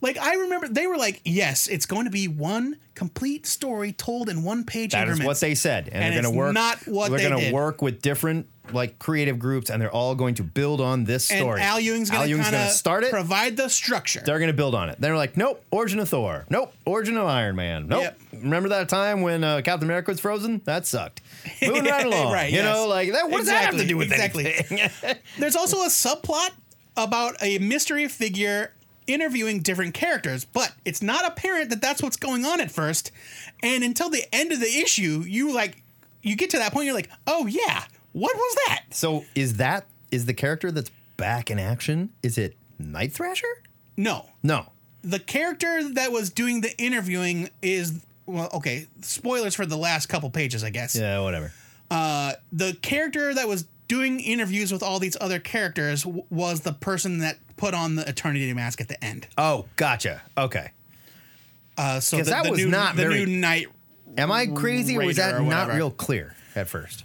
Speaker 3: Like I remember they were like, yes, it's going to be one complete story told in one page
Speaker 2: that is
Speaker 3: increments.
Speaker 2: what they said. And,
Speaker 3: And
Speaker 2: they're going
Speaker 3: it's
Speaker 2: to work.
Speaker 3: not what
Speaker 2: they're
Speaker 3: they
Speaker 2: gonna
Speaker 3: did.
Speaker 2: work with different like creative groups and they're all going to build on this
Speaker 3: and
Speaker 2: story.
Speaker 3: Al Ewing's going to
Speaker 2: gonna
Speaker 3: kind
Speaker 2: start it.
Speaker 3: provide the structure.
Speaker 2: they're going to build on it. They're like, nope, origin of Thor. Nope, origin of Iron Man. Nope.
Speaker 3: Yep.
Speaker 2: Remember that time when uh, Captain America was frozen? That sucked. Moving right along.
Speaker 3: Right,
Speaker 2: you know,
Speaker 3: yes.
Speaker 2: like that. What does that have to
Speaker 3: Exactly,
Speaker 2: do with
Speaker 3: exactly.
Speaker 2: anything?
Speaker 3: There's also a subplot about a mystery figure interviewing different characters, but it's not apparent that that's what's going on at first. And until the end of the issue, you like you get to that point, you're like, oh yeah, what was that?
Speaker 2: so is that is the character that's back in action? Is it Night Thrasher?
Speaker 3: No,
Speaker 2: No.
Speaker 3: the character that was doing the interviewing is well, okay, spoilers for the last couple pages, I guess.
Speaker 5: Yeah, whatever.
Speaker 3: Uh, the character that was doing interviews with all these other characters w- was the person that put on the eternity mask at the end.
Speaker 5: Oh, gotcha. Okay.
Speaker 3: Uh, so
Speaker 2: 'Cause
Speaker 3: the,
Speaker 2: that
Speaker 3: the
Speaker 2: was
Speaker 3: new,
Speaker 2: not
Speaker 3: the
Speaker 2: very-
Speaker 3: new night.
Speaker 2: Am I crazy, or was
Speaker 3: Radar
Speaker 2: that
Speaker 3: or
Speaker 2: not
Speaker 3: whatever.
Speaker 2: real clear at first?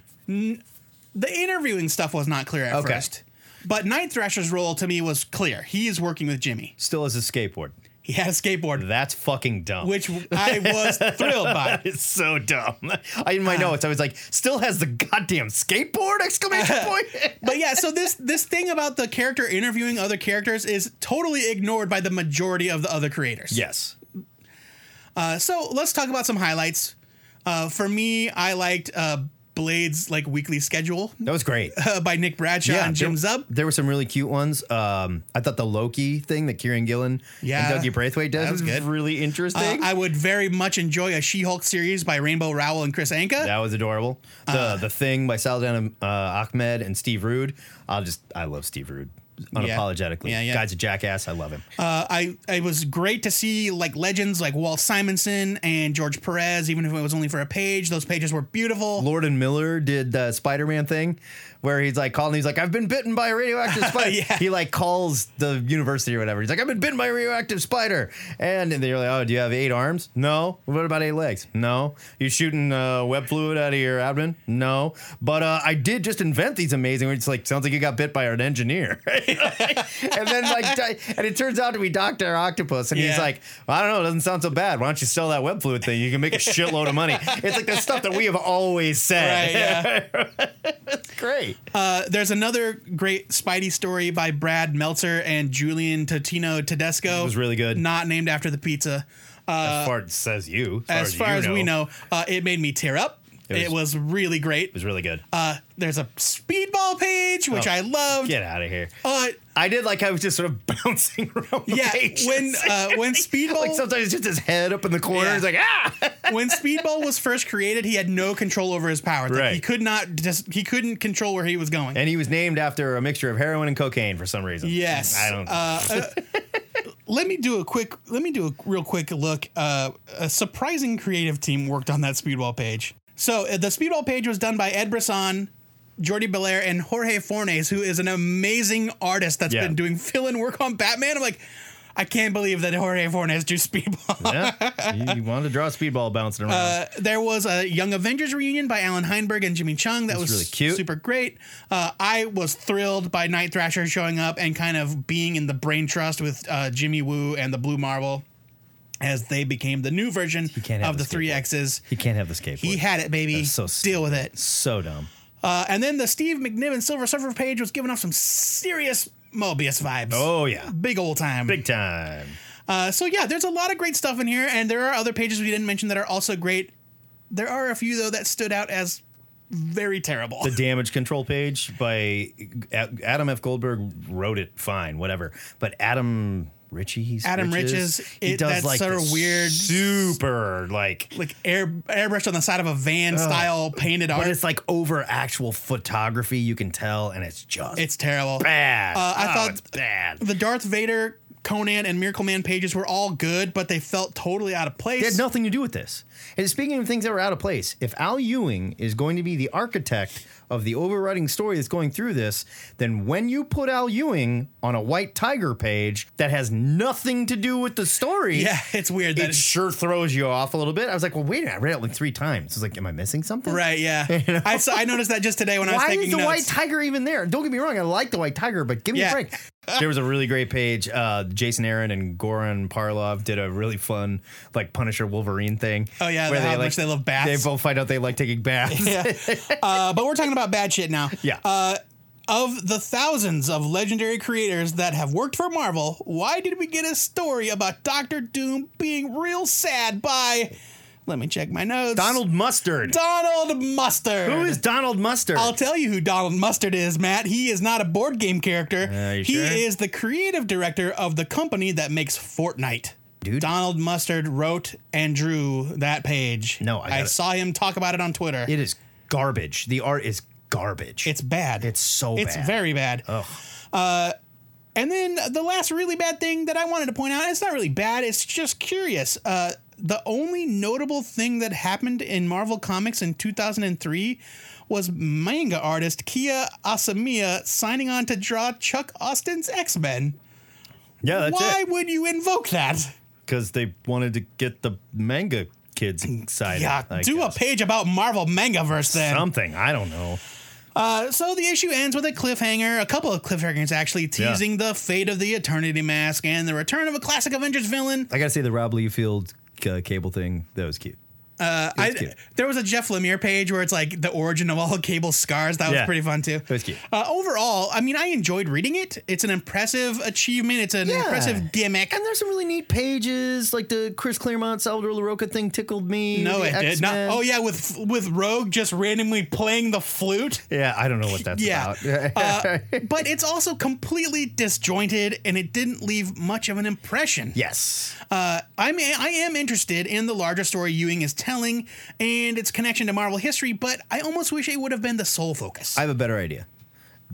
Speaker 3: The interviewing stuff was not clear at
Speaker 5: Okay.
Speaker 3: first, but Night Thrasher's role to me was clear. He is working with Jimmy.
Speaker 5: Still as a skateboard.
Speaker 3: He had a skateboard,
Speaker 5: That's fucking dumb.
Speaker 3: which I was thrilled by.
Speaker 2: It's so dumb. I, in my
Speaker 3: Ah.
Speaker 2: notes, I was like, "Still has the goddamn skateboard!" Exclamation point.
Speaker 3: But yeah, so this this thing about the character interviewing other characters is totally ignored by the majority of the other creators.
Speaker 5: yes.
Speaker 3: Uh, so let's talk about some highlights. Uh, for me, I liked uh, Blade's like weekly schedule
Speaker 2: That was great.
Speaker 3: uh, by Nick Bradshaw and Jim
Speaker 2: there,
Speaker 3: Zub.
Speaker 2: There were some really cute ones. Um, I thought the Loki thing that Kieran Gillen
Speaker 3: Yeah.
Speaker 2: and Dougie Braithwaite does
Speaker 3: That was good.
Speaker 2: really
Speaker 3: Uh,
Speaker 2: interesting.
Speaker 3: I would very much enjoy a She-Hulk series by Rainbow Rowell and Chris Anka.
Speaker 2: that was adorable. The
Speaker 3: Uh.
Speaker 2: the thing by Saladin uh, Ahmed and Steve Rude. I'll just I love Steve Rude unapologetically.
Speaker 3: Yeah, yeah.
Speaker 2: Guy's a jackass. I love him.
Speaker 3: Uh, I it was great to see like legends like Walt Simonson and George Perez, even if it was only for a page. Those pages were beautiful.
Speaker 2: Lord and Miller did the Spider Man thing where he's like calling, he's like, I've been bitten by a radioactive spider.
Speaker 3: Yeah.
Speaker 2: He like calls the university or whatever. He's like, I've been bitten by a radioactive spider. And they're like, Oh, do you have eight arms? No. What about eight legs? No. You shooting uh, web fluid out of your abdomen? No. But uh, I did just invent these amazing, it's like, sounds like you got bit by an engineer. and then like, di- and it turns out to be Dr. Octopus. And he's
Speaker 3: Yeah.
Speaker 2: like, I don't know, it doesn't sound so bad. Why don't you sell that web fluid thing? You can make a shitload of money. It's like the stuff that we have always said.
Speaker 3: Right, yeah.
Speaker 2: Great.
Speaker 3: Uh, there's another great Spidey story by Brad Meltzer and Julian Totino Tedesco. It
Speaker 2: was really good.
Speaker 3: Not named after the pizza.
Speaker 2: as far as says you.
Speaker 3: As far
Speaker 2: you
Speaker 3: as we know, uh, it made me tear up. It was,
Speaker 2: was-
Speaker 3: really great.
Speaker 2: it was really good.
Speaker 3: Uh, there's a speedball page, which
Speaker 2: Oh,
Speaker 3: I loved.
Speaker 2: Get out of here.
Speaker 3: Uh,
Speaker 2: I did like I was just sort of bouncing around. The
Speaker 3: yeah,
Speaker 2: pages.
Speaker 3: when uh, when
Speaker 2: like
Speaker 3: speedball
Speaker 2: sometimes it's just his head up in the corner.
Speaker 3: Yeah.
Speaker 2: He's like ah.
Speaker 3: when Speedball was first created, he had no control over his powers. Like,
Speaker 2: Right.
Speaker 3: he could not just he couldn't control where he was going.
Speaker 2: And he was named after a mixture of heroin and cocaine for some reason.
Speaker 3: yes. Uh,
Speaker 2: I don't.
Speaker 3: let me do a quick let me do a real quick look. Uh, a surprising creative team worked on that Speedball page. So uh, the Speedball page was done by Ed Brisson. Jordi Belair and Jorge Fornes, who is an amazing artist that's
Speaker 2: Yeah.
Speaker 3: been doing fill-in work on Batman. I'm like, I can't believe that Jorge Fornes drew Speedball.
Speaker 2: yeah. you, you wanted to draw a speedball bouncing around.
Speaker 3: Uh, there was a Young Avengers reunion by Alan Heinberg and Jimmy Chung. That was
Speaker 2: really cute.
Speaker 3: super great. Uh, I was thrilled by Night Thrasher showing up and kind of being in the brain trust with uh, Jimmy Woo and the Blue Marvel as they became the new version
Speaker 2: can't have
Speaker 3: of the
Speaker 2: the
Speaker 3: three
Speaker 2: skateboard.
Speaker 3: X's.
Speaker 2: he can't have the skateboard.
Speaker 3: He had it, baby.
Speaker 2: That's so
Speaker 3: Deal with it.
Speaker 2: so dumb.
Speaker 3: Uh, and then the Steve McNiven Silver Surfer page was giving off some serious Mobius vibes.
Speaker 2: Oh yeah,
Speaker 3: Big old time.
Speaker 2: big time.
Speaker 3: Uh, so yeah, there's a lot of great stuff in here, and there are other pages we didn't mention that are also great. There are a few though that stood out as very terrible.
Speaker 2: the damage control page by A- Adam F. Goldberg wrote it fine, whatever. But Adam Ritchie's
Speaker 3: Adam
Speaker 2: Riches,
Speaker 3: Riches, it- that's sort of
Speaker 2: this
Speaker 3: weird-
Speaker 2: super like.
Speaker 3: like air airbrushed on the side of a van style painted
Speaker 2: But
Speaker 3: art.
Speaker 2: it's like over actual photography, you can tell, and it's just
Speaker 3: It's terrible.
Speaker 2: bad.
Speaker 3: uh, I
Speaker 2: Oh,
Speaker 3: thought-
Speaker 2: it's bad.
Speaker 3: The Darth Vader, Conan, and Miracle Man pages were all good, but they felt totally out of place.
Speaker 2: It had nothing to do with this. And speaking of things that were out of place, if Al Ewing is going to be the architect of the overriding story that's going through this, then when you put Al Ewing on a White Tiger page that has nothing to do with the story,
Speaker 3: yeah, it's weird. That
Speaker 2: it
Speaker 3: is
Speaker 2: sure throws you off a little bit. I was like, well, wait a minute. I read it like three times. I was like, am I missing something?
Speaker 3: right. Yeah, I saw, I noticed that just today when I was
Speaker 2: Why
Speaker 3: taking
Speaker 2: is the
Speaker 3: notes.
Speaker 2: white tiger even there? Don't get me wrong. I like the white tiger, but give me
Speaker 3: Yeah.
Speaker 2: a break. there was a really great page. Uh, Jason Aaron and Goran Parlov did a really fun like Punisher Wolverine thing.
Speaker 3: Oh, yeah, how much they love baths.
Speaker 2: They both find out they like taking baths.
Speaker 3: uh, but we're talking about bad shit now.
Speaker 2: Yeah.
Speaker 3: Uh, of the thousands of legendary creators that have worked for Marvel, why did we get a story about Doctor Doom being real sad by? Let me check my notes.
Speaker 2: Donald Mustard.
Speaker 3: Donald Mustard.
Speaker 2: Who is Donald Mustard?
Speaker 3: I'll tell you who Donald Mustard is, Matt. He is not a board game character.
Speaker 2: Uh, you
Speaker 3: he
Speaker 2: sure?
Speaker 3: is the creative director of the company that makes Fortnite.
Speaker 2: Dude.
Speaker 3: Donald Mustard wrote and drew that page.
Speaker 2: No, I got
Speaker 3: I
Speaker 2: it.
Speaker 3: saw him talk about it on Twitter.
Speaker 2: it is garbage. The art is garbage.
Speaker 3: It's bad.
Speaker 2: It's so
Speaker 3: It's
Speaker 2: bad.
Speaker 3: very bad. Uh, and then the last really bad thing that I wanted to point out, it's not really bad, it's just curious. Uh, the only notable thing that happened in Marvel Comics in 2003 was manga artist Kia Asamiya signing on to draw Chuck Austin's X Men.
Speaker 2: Yeah, that's
Speaker 3: Why
Speaker 2: it.
Speaker 3: would you invoke that?
Speaker 2: Because they wanted to get the manga kids excited.
Speaker 3: Yeah,
Speaker 2: I
Speaker 3: do
Speaker 2: guess.
Speaker 3: a page about Marvel manga verse then.
Speaker 2: something. I don't know.
Speaker 3: Uh, so the issue ends with a cliffhanger, a couple of cliffhangers actually,
Speaker 2: Yeah.
Speaker 3: teasing the fate of the Eternity Mask and the return of a classic Avengers villain.
Speaker 2: I gotta say the Rob Liefeld uh, cable thing that was cute.
Speaker 3: I,
Speaker 2: cute.
Speaker 3: there was a Jeff Lemire page where it's like the origin of all of Cable's scars. That was
Speaker 2: Yeah.
Speaker 3: pretty fun too.
Speaker 2: That was cute.
Speaker 3: Uh, overall, I mean, I enjoyed reading it. It's an impressive achievement. It's an impressive gimmick.
Speaker 6: And there's some really neat pages, like the Chris Claremont, Salvador LaRocca thing tickled me.
Speaker 3: no,
Speaker 6: the
Speaker 3: it did not.
Speaker 6: X-Men.
Speaker 3: Oh yeah, with with Rogue just randomly playing the flute.
Speaker 2: Yeah, I don't know what that's
Speaker 3: Yeah.
Speaker 2: about.
Speaker 3: Uh, but it's also completely disjointed and it didn't leave much of an impression.
Speaker 2: Yes.
Speaker 3: Uh, I'm I am interested in the larger story Ewing is telling and its connection to Marvel history, but I almost wish it would have been the sole focus.
Speaker 2: I have a better idea.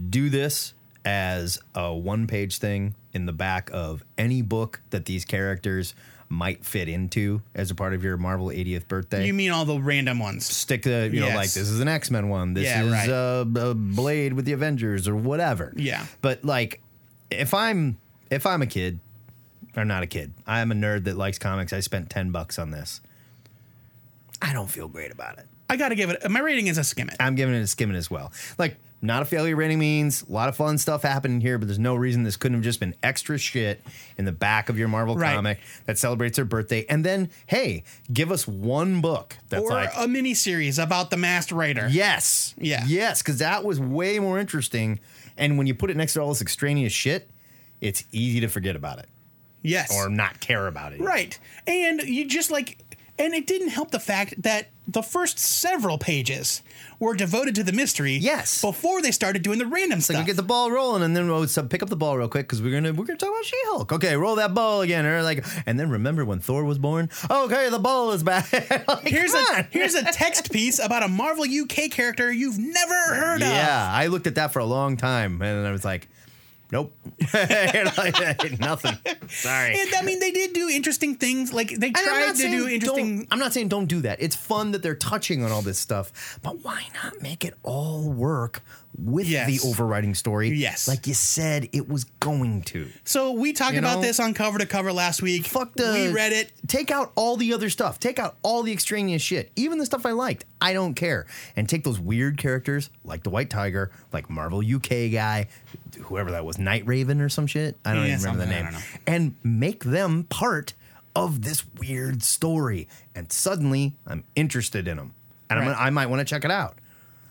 Speaker 2: Do this as a one page thing in the back of any book that these characters might fit into as a part of your Marvel 80th birthday.
Speaker 3: you mean all the random ones?
Speaker 2: Stick the, you know, like
Speaker 3: Yes.
Speaker 2: this is an X Men one, this
Speaker 3: Yeah,
Speaker 2: is
Speaker 3: right.
Speaker 2: uh, a Blade with the Avengers or whatever.
Speaker 3: Yeah.
Speaker 2: But like, if I'm if I'm a kid, I'm not a kid. I am a nerd that likes comics. I spent ten bucks on this. I don't feel great about it.
Speaker 3: I gotta give it. My rating is a skim it.
Speaker 2: I'm giving it a skimming as well. Like, not a failure rating means a lot of fun stuff happening here, but there's no reason this couldn't have just been extra shit in the back of your Marvel
Speaker 3: Right.
Speaker 2: comic that celebrates her birthday. And then, hey, give us one book that's
Speaker 3: Or
Speaker 2: like,
Speaker 3: a mini series about the masked writer.
Speaker 2: yes,
Speaker 3: Yeah.
Speaker 2: yes, because that was way more interesting. And when you put it next to all this extraneous shit, it's easy to forget about it
Speaker 3: Yes.
Speaker 2: or not care about it.
Speaker 3: Right. And you just like, and it didn't help the fact that the first several pages were devoted to the mystery.
Speaker 2: Yes.
Speaker 3: Before they started doing the random
Speaker 2: Like
Speaker 3: stuff.
Speaker 2: we get the ball rolling, and then we'll sub- pick up the ball real quick because we're gonna we're gonna talk about She-Hulk. Okay, roll that ball again, or like, and then remember when Thor was born. Okay, the ball is back. Like,
Speaker 3: here's
Speaker 2: come
Speaker 3: a
Speaker 2: on.
Speaker 3: here's a text piece about a Marvel UK character you've never heard of.
Speaker 2: yeah. I looked at that for a long time, and I was like, nope, Like, nothing. Sorry.
Speaker 3: And I mean, they did do interesting things. Like they
Speaker 2: And I'm
Speaker 3: tried
Speaker 2: not
Speaker 3: to
Speaker 2: saying
Speaker 3: do
Speaker 2: don't-
Speaker 3: interesting.
Speaker 2: I'm not saying don't do that. It's fun that they're touching on all this stuff, but why not make it all work with
Speaker 3: Yes.
Speaker 2: the overriding story?
Speaker 3: Yes.
Speaker 2: like you said, it was going to.
Speaker 3: So we talked
Speaker 2: You
Speaker 3: about
Speaker 2: know?
Speaker 3: this on cover to cover last week.
Speaker 2: Fuck the.
Speaker 3: We read it.
Speaker 2: Take out all the other stuff. Take out all the extraneous shit. Even the stuff I liked. I don't care. And take those weird characters like the White Tiger, like Marvel UK guy, whoever that was, Night Raven or some shit. I don't
Speaker 3: Yeah,
Speaker 2: even remember the
Speaker 3: something, I
Speaker 2: name.
Speaker 3: don't
Speaker 2: And make them part of this weird story. And suddenly I'm interested in them. And I'm
Speaker 3: Right.
Speaker 2: gonna, I might want to check it out.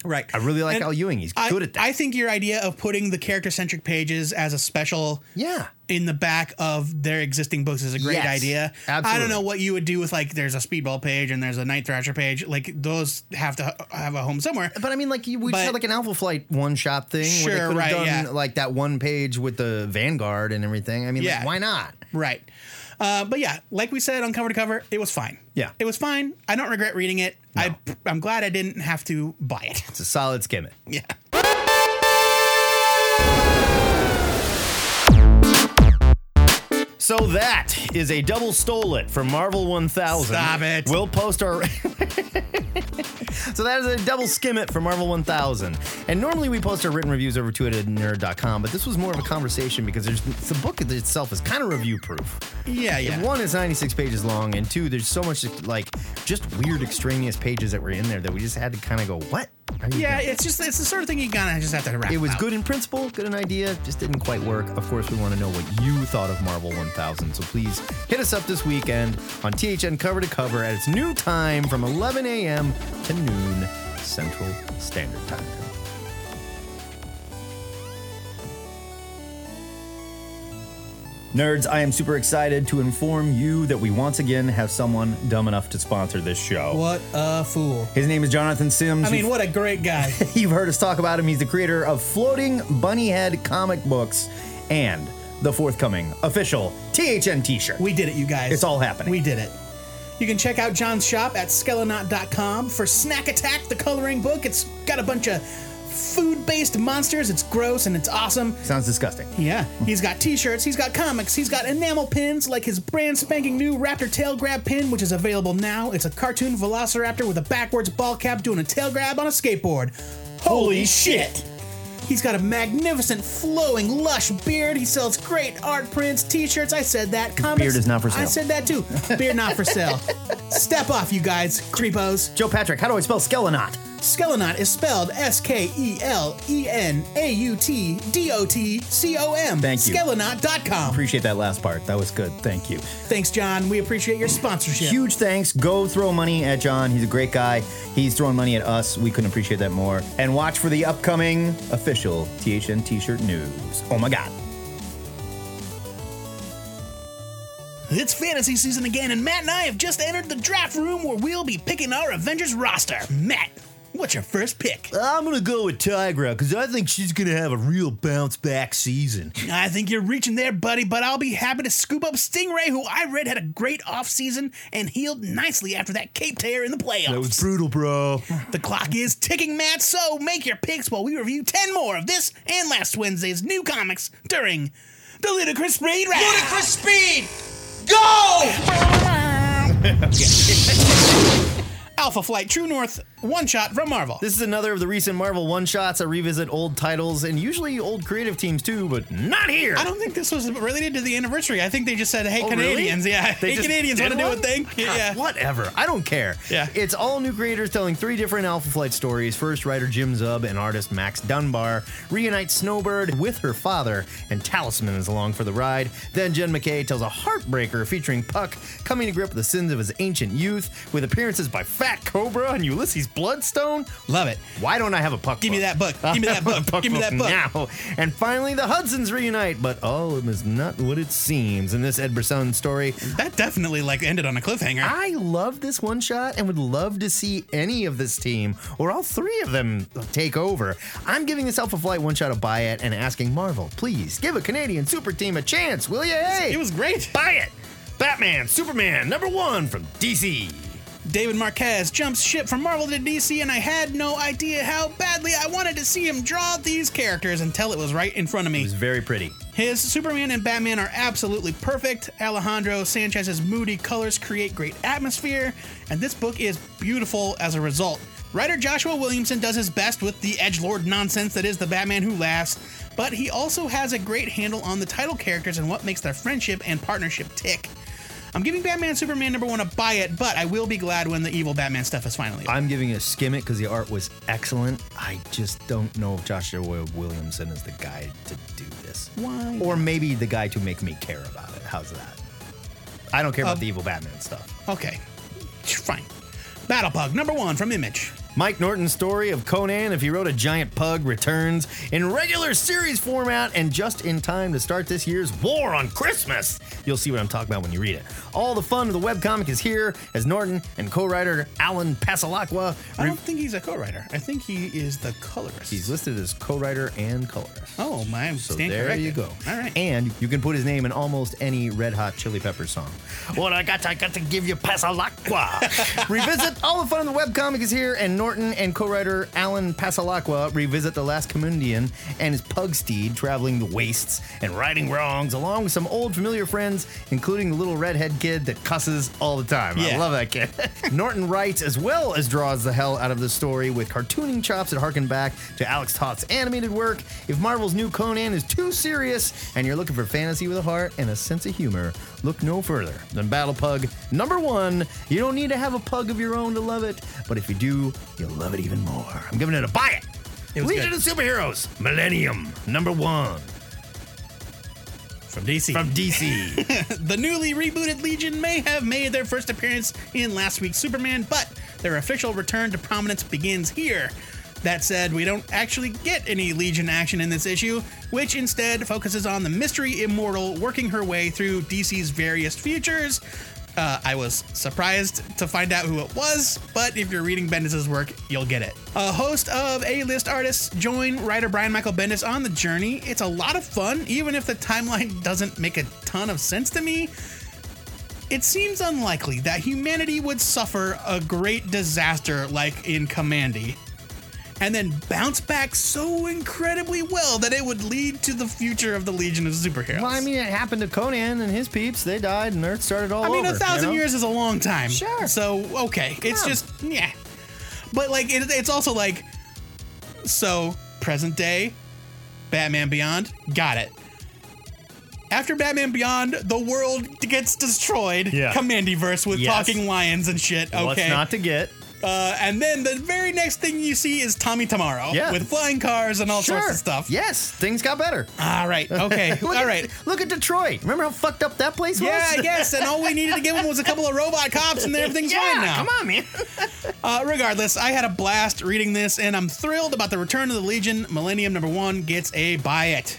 Speaker 3: Right.
Speaker 2: I really like
Speaker 3: And
Speaker 2: Al Ewing. He's
Speaker 3: I-
Speaker 2: good at that.
Speaker 3: I think your idea of putting the character centric pages as a special
Speaker 2: yeah.
Speaker 3: in the back of their existing books is a great
Speaker 2: Yes,
Speaker 3: idea. I don't
Speaker 2: absolutely.
Speaker 3: know what you would do with like there's a speedball page and there's a night thrasher page. Like those have to h- have a home somewhere.
Speaker 2: But I mean, like you, we
Speaker 3: But-
Speaker 2: just had like an Alpha Flight one shot thing. where they
Speaker 3: Sure,
Speaker 2: could have
Speaker 3: right,
Speaker 2: Done,
Speaker 3: yeah.
Speaker 2: Like that one page with the Vanguard and everything. I mean,
Speaker 3: Yeah.
Speaker 2: like, why not?
Speaker 3: Right. Uh, but yeah, like we said on cover to cover, it was fine.
Speaker 2: Yeah.
Speaker 3: It was fine. I don't regret reading it. I I'm glad I didn't have to buy it.
Speaker 2: It's a solid skimming.
Speaker 3: yeah.
Speaker 2: So that is a double stole it from Marvel 1000.
Speaker 3: Stop it.
Speaker 2: We'll post our. so that is a double skim it from Marvel 1000. And normally we post our written reviews over to it at nerd.com, but this was more of a conversation because there's the book itself is kind of review proof.
Speaker 3: Yeah, yeah.
Speaker 2: One is 96 pages long, and two, there's so much like just weird extraneous pages that were in there that we just had to kind of go, what? are you
Speaker 3: yeah,
Speaker 2: doing?"
Speaker 3: it's just it's the sort of thing you kind of just have to wrap.
Speaker 2: It was
Speaker 3: up.
Speaker 2: good in principle, good in idea, just didn't quite work. Of course, we want to know what you thought of Marvel 1000, so please hit us up this weekend on THN Cover to Cover at its new time from 11 a.m. to noon Central Standard Time. Nerds, I am super excited to inform you that we once again have someone dumb enough to sponsor this show.
Speaker 3: What a fool.
Speaker 2: His name is Jonathan Sims.
Speaker 3: I mean, what a great guy.
Speaker 2: You've heard us talk about him. He's the creator of Floating Bunnyhead comic books and the forthcoming official THN t shirt.
Speaker 3: We did it, you guys.
Speaker 2: It's all happening.
Speaker 3: We did it. You can check out John's shop at skelenaut.com for Snack Attack, the coloring book. It's got a bunch of food based monsters. It's gross and it's awesome.
Speaker 7: Sounds disgusting.
Speaker 3: Yeah. He's got t shirts, he's got comics, he's got enamel pins like his brand spanking new Raptor Tail Grab pin, which is available now. It's a cartoon velociraptor with a backwards ball cap doing a tail grab on a skateboard. Holy shit! He's got a magnificent, flowing, lush beard. He sells great art prints, t-shirts. I said that. Comics.
Speaker 7: beard is not for sale.
Speaker 3: I said that too. Beard not for sale. Step off, you guys, creepos.
Speaker 7: Joe Patrick, how do I spell Skelenot?
Speaker 3: Skelenaut is spelled S K E L E N A U T D O T C O M.
Speaker 2: Thank you.
Speaker 3: Skelenaut.com.
Speaker 2: Appreciate that last part. That was good. Thank you.
Speaker 3: Thanks, John. We appreciate your sponsorship.
Speaker 2: Huge thanks. Go throw money at John. He's a great guy. He's throwing money at us. We couldn't appreciate that more. And watch for the upcoming official THN t shirt news. Oh my God.
Speaker 3: It's fantasy season again, and Matt and I have just entered the draft room where we'll be picking our Avengers roster. Matt, what's your first pick?
Speaker 2: I'm going to go with Tigra because I think she's going to have a real bounce back season.
Speaker 3: I think you're reaching there, buddy, but I'll be happy to scoop up Stingray, who I read had a great offseason and healed nicely after that cape tear in the playoffs.
Speaker 2: brutal, bro.
Speaker 3: The clock is ticking, Matt, so make your picks while we review 10 more of this and last Wednesday's new comics during the Ludicrous Speed Round.
Speaker 8: Ludicrous speed! Go!
Speaker 3: Alpha Flight True North, one shot from Marvel.
Speaker 2: This is another of the recent Marvel one shots. I revisit old titles and usually old creative teams too, but not here.
Speaker 3: I don't think this was related to the anniversary. I think they just said, hey,
Speaker 2: Oh, really?
Speaker 3: Canadians. Yeah,
Speaker 2: They
Speaker 3: hey,
Speaker 2: just
Speaker 3: Canadians
Speaker 2: did
Speaker 3: want to do a
Speaker 2: one?
Speaker 3: thing.
Speaker 2: Huh,
Speaker 3: Yeah.
Speaker 2: Whatever. I don't care.
Speaker 3: Yeah.
Speaker 2: It's all new creators telling three different Alpha Flight stories. First, writer Jim Zub and artist Max Dunbar reunite Snowbird with her father, and Talisman is along for the ride. Then Jen McKay tells a heartbreaker featuring Puck coming to grip with the sins of his ancient youth, with appearances by Fat Cobra and Ulysses Bloodstone.
Speaker 3: Love it.
Speaker 2: Why don't I have a puck?
Speaker 3: Give me that book. Give me that book. Give me that book.
Speaker 2: now. And finally, the Hudsons reunite, but all of them is not what it seems in this Ed Brisson story.
Speaker 3: That definitely like ended on a cliffhanger.
Speaker 2: I love this one shot and would love to see any of this team or all three of them take over. I'm giving this Alpha Flight one shot a buy it and asking Marvel, please give a Canadian super team a chance, will you? Hey,
Speaker 3: it was great.
Speaker 2: buy it. Batman, Superman, number one from DC.
Speaker 3: David Marquez jumps ship from Marvel to DC, and I had no idea how badly I wanted to see him draw these characters until it was right in front of me.
Speaker 2: It's very pretty.
Speaker 3: His Superman and Batman are absolutely perfect. Alejandro Sanchez's moody colors create great atmosphere, and this book is beautiful as a result. Writer Joshua Williamson does his best with the edgelord nonsense that is the Batman who laughs, but he also has a great handle on the title characters and what makes their friendship and partnership tick. I'm giving Batman Superman number one a buy it, but I will be glad when the evil Batman stuff is finally. over.
Speaker 2: I'm giving it a skim it because the art was excellent. I just don't know if Joshua Williamson is the guy to do this.
Speaker 3: Why?
Speaker 2: Or maybe the guy to make me care about it. How's that? I don't care about the evil Batman stuff.
Speaker 3: Okay, fine. Battle Pug number one from Image.
Speaker 2: Mike Norton's story of Conan, if he rode a giant pug, returns in regular series format and just in time to start this year's war on Christmas. You'll see what I'm talking about when you read it. All the fun of the webcomic is here as Norton and co writer Alan Pasalacqua.
Speaker 3: I don't think he's a co-writer. I think he is the colorist.
Speaker 2: He's listed as co writer and colorist.
Speaker 3: oh my!
Speaker 2: So there you go.
Speaker 3: All right.
Speaker 2: And you can put his name in almost any Red Hot Chili Pepper song. what I got, I got to give you Pasalacqua. revisit all the fun of the webcomic is here, and Norton and co-writer Alan Pasalacqua revisit the last Commundian and his pug steed traveling the wastes and righting wrongs, along with some old familiar friends, including the little redhead kid that cusses all the time. I
Speaker 3: Yeah.
Speaker 2: love that kid. Norton writes as well as draws the hell out of the story with cartooning chops that harken back to Alex Toth's animated work. If Marvel's new Conan is too serious and you're looking for fantasy with a heart and a sense of humor, look no further than Battle Pug number one. You don't need to have a pug of your own to love it, but if you do, you'll love it even more. I'm giving it a buy it.
Speaker 3: was
Speaker 2: Legion
Speaker 3: good.
Speaker 2: of Superheroes, Millennium number one
Speaker 3: From DC.
Speaker 2: from DC.
Speaker 3: the newly rebooted Legion may have made their first appearance in last week's Superman, but their official return to prominence begins here. That said, we don't actually get any Legion action in this issue, which instead focuses on the mystery immortal working her way through DC's various futures. Uh, I was surprised to find out who it was, but if you're reading Bendis' work, you'll get it. A host of A-list artists join writer Brian Michael Bendis on the journey. It's a lot of fun, even if the timeline doesn't make a ton of sense to me. It seems unlikely that humanity would suffer a great disaster like in Commandy. and then bounce back so incredibly well that it would lead to the future of the Legion of Superheroes.
Speaker 2: Well, I mean, it happened to Conan and his peeps. They died, and Earth started all
Speaker 3: I
Speaker 2: over.
Speaker 3: mean, a
Speaker 2: you
Speaker 3: thousand
Speaker 2: know?
Speaker 3: years is a long time.
Speaker 2: Sure.
Speaker 3: So okay, it's
Speaker 2: Yeah.
Speaker 3: just yeah, but like it, it's also like so present day, Batman Beyond, got it. After Batman Beyond, the world gets destroyed.
Speaker 2: Yeah.
Speaker 3: Commandiverse with
Speaker 2: Yes.
Speaker 3: talking lions and shit. Okay.
Speaker 2: What's not to get?
Speaker 3: uh, and then the very next thing you see is Tommy Tomorrow
Speaker 2: Yeah.
Speaker 3: with flying cars and all sorts of stuff.
Speaker 2: Yes, things got better.
Speaker 3: All right. Okay.
Speaker 2: Look
Speaker 3: all
Speaker 2: at-
Speaker 3: right.
Speaker 2: Look at Detroit. Remember how fucked up that place
Speaker 3: Yeah,
Speaker 2: was?
Speaker 3: I guess. And all we needed to give him was a couple of robot cops, and everything's fine now.
Speaker 2: Come on, man.
Speaker 3: Uh, regardless, I had a blast reading this, and I'm thrilled about the return of the Legion. Millennium number one gets a buy it.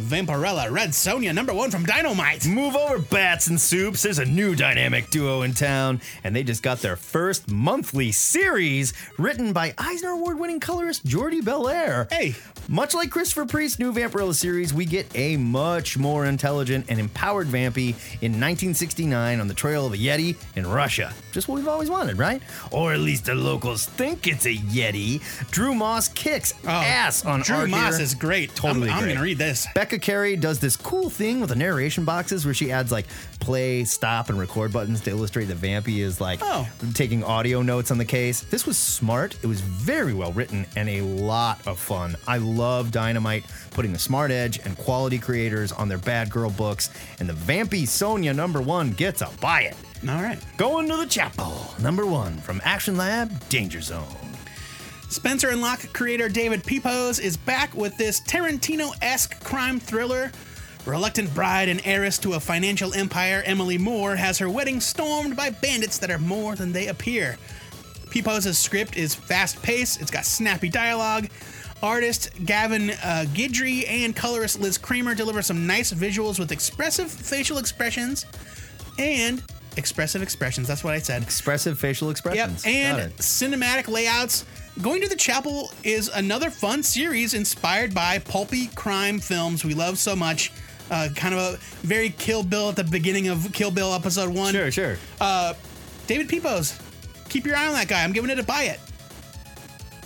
Speaker 3: Vampirella, Red Sonia number one from Dynamite.
Speaker 2: Move over, Bats and Soups. There's a new dynamic duo in town, and they just got their first monthly series written by Eisner Award winning colorist Jordi Belair.
Speaker 3: Hey.
Speaker 2: Much like Christopher Priest's new Vampirella series, we get a much more intelligent and empowered Vampy in 1969 on the trail of a Yeti in Russia. Just what we've always wanted, right? Or at least the locals think it's a Yeti. Drew Moss kicks ass on
Speaker 3: Oh, Drew
Speaker 2: art
Speaker 3: Moss
Speaker 2: here.
Speaker 3: is great. I'm-
Speaker 2: Totally
Speaker 3: I'm,
Speaker 2: great.
Speaker 3: gonna read this.
Speaker 2: Becca Carey does this cool thing with the narration boxes where she adds like play, stop, and record buttons to illustrate that Vampy is like
Speaker 3: Oh.
Speaker 2: taking audio notes on the case. This was smart. It was very well written and a lot of fun. I love Dynamite putting the smart edge and quality creators on their bad girl books, and the Vampy Sonia number one gets a buy it.
Speaker 3: All right.
Speaker 2: Going to the chapel, number one from Action Lab Danger Zone.
Speaker 3: Spencer and Locke creator David Pepos is back with this Tarantino esque crime thriller. Reluctant bride and heiress to a financial empire, Emily Moore has her wedding stormed by bandits that are more than they appear. Pepos' script is fast paced, it's got snappy dialogue. Artist Gavin uh, Guidry and colorist Liz Kramer deliver some nice visuals with expressive facial expressions and expressive expressions. That's what I said.
Speaker 2: Expressive facial
Speaker 3: Yep,
Speaker 2: expressions. Got
Speaker 3: and
Speaker 2: it.
Speaker 3: cinematic layouts. Going to the Chapel is another fun series inspired by pulpy crime films we love so much. Uh, kind of a very Kill Bill at the beginning of Kill Bill episode one.
Speaker 2: Sure, sure.
Speaker 3: David Pepos, keep your eye on that guy. I'm giving it a buy it.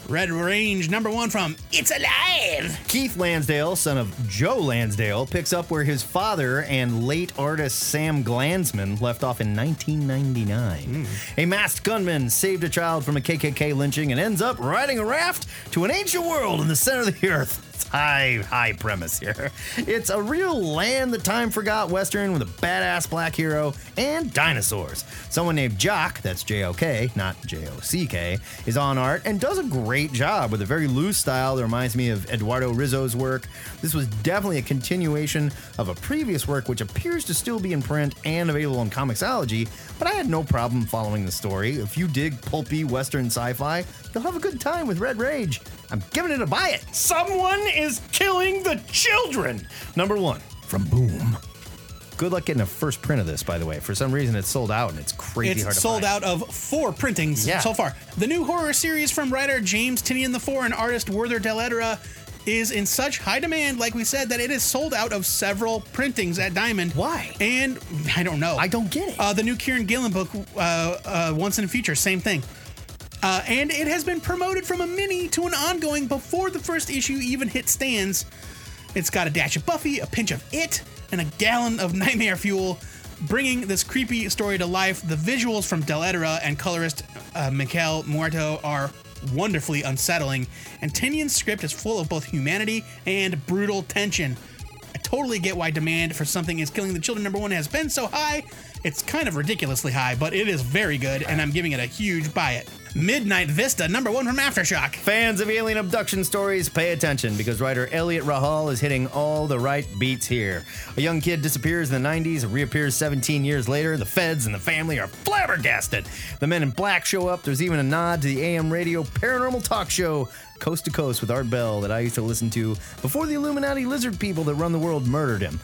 Speaker 3: Red Range number one from It's Alive.
Speaker 2: Keith Lansdale, son of Joe Lansdale, picks up where his father and late artist Sam Glansman left off in 1999. A masked gunman saved a child from a KKK lynching and ends up riding a raft to an ancient world in the center of the earth. It's high, high premise here. It's a real land the time forgot western with a badass black hero and dinosaurs. Someone named Jock, that's J O K, not J O C K, is on art and does a great job with a very loose style that reminds me of Eduardo Rizzo's work. This was definitely a continuation of a previous work which appears to still be in print and available in Comixology, but I had no problem following the story. If you dig pulpy western sci-fi, you'll have a good time with Red Rage. I'm giving it a buy it.
Speaker 9: Someone is killing the children.
Speaker 2: Number one from Boom. Good luck getting a first print of this, by the way. For some reason, it's sold out and it's crazy hard
Speaker 3: It's
Speaker 2: to
Speaker 3: sold
Speaker 2: find.
Speaker 3: out of four printings
Speaker 2: Yeah.
Speaker 3: so far. The new horror series from writer James Tinian the Four and artist Werther Del Edera is in such high demand, like we said, that it is sold out of several printings at Diamond.
Speaker 2: Why?
Speaker 3: And I don't know.
Speaker 2: I don't get it.
Speaker 3: Uh, the new Kieran Gillen book, uh, uh, Once in a Future, same thing. Uh, and it has been promoted from a mini to an ongoing before the first issue even hit stands. It's got a dash of Buffy, a pinch of It, and a gallon of Nightmare Fuel, bringing this creepy story to life. The visuals from Del Edera and colorist uh, Mikel Muerto are wonderfully unsettling, and Tinian's script is full of both humanity and brutal tension. I totally get why demand for something is killing the children number one has been so high. It's kind of ridiculously high, but it is very good, and I'm giving it a huge buy it. Midnight Vista number one from Aftershock.
Speaker 2: Fans of alien abduction stories, pay attention because writer Elliot Rahal is hitting all the right beats here. A young kid disappears in the 90s and reappears 17 years later. The feds and the family are flabbergasted. The men in black show up. There's even a nod to the AM radio paranormal talk show, Coast to Coast with Art Bell, that I used to listen to before the Illuminati lizard people that run the world murdered him.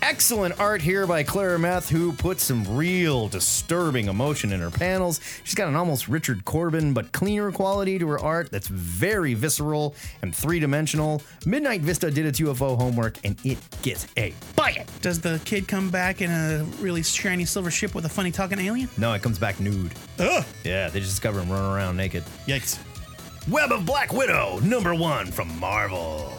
Speaker 2: Excellent art here by Clara Meth, who puts some real disturbing emotion in her panels. She's got an almost Richard Corbin, but cleaner quality to her art that's very visceral and three dimensional. Midnight Vista did its UFO homework, and it gets a buy it.
Speaker 3: Does the kid come back in a really shiny silver ship with a funny talking alien?
Speaker 2: No, it comes back nude.
Speaker 3: Ugh.
Speaker 2: Yeah, they just discover him running around naked.
Speaker 3: Yikes.
Speaker 10: Web of Black Widow, number one from Marvel.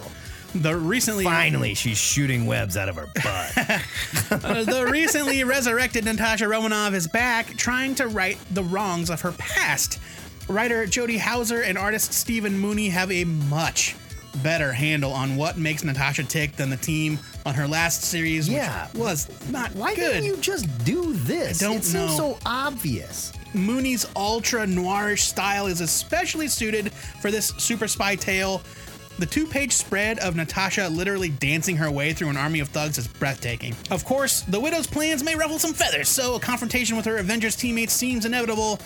Speaker 3: The recently
Speaker 10: Finally, she's shooting webs out of her butt.
Speaker 3: Uh, the recently resurrected Natasha Romanoff is back, trying to right the wrongs of her past. Writer Jody Hauser and artist Stephen Mooney have a much better handle on what makes Natasha tick than the team on her last series,
Speaker 2: Yeah.
Speaker 3: which was not
Speaker 2: Why
Speaker 3: good.
Speaker 2: didn't you just do this?
Speaker 3: I don't
Speaker 2: it seems
Speaker 3: know.
Speaker 2: so obvious.
Speaker 3: Mooney's ultra noirish style is especially suited for this super spy tale. The two page spread of Natasha literally dancing her way through an army of thugs is breathtaking. Of course, the widow's plans may ruffle some feathers, so a confrontation with her Avengers teammates seems inevitable.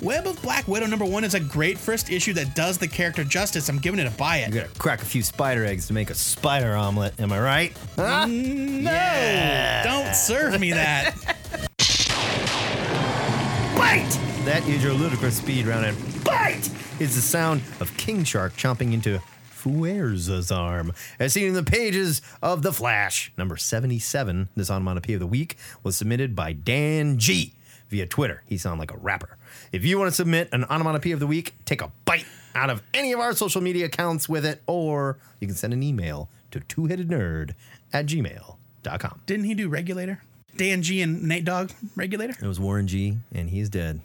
Speaker 3: Web of Black Widow number one is a great first issue that does the character justice. I'm giving it a buy it.
Speaker 2: You gotta crack a few spider eggs to make a spider omelet, am I right? Mm, Huh?
Speaker 3: No! Don't serve me that.
Speaker 2: Bite! That is your ludicrous speed round, and bite is the sound of King Shark chomping into Fuerza's arm, as seen in the pages of The Flash. Number 77, this onomatopoeia of the week, was submitted by Dan G via Twitter. He sounded like a rapper. If you want to submit an onomatopoeia of the week, take a bite out of any of our social media accounts with it, or you can send an email to two-headednerd at gmail.com.
Speaker 3: Didn't he do Regulator? Dan G and Nate Dogg, Regulator?
Speaker 2: It was Warren G, and he is dead.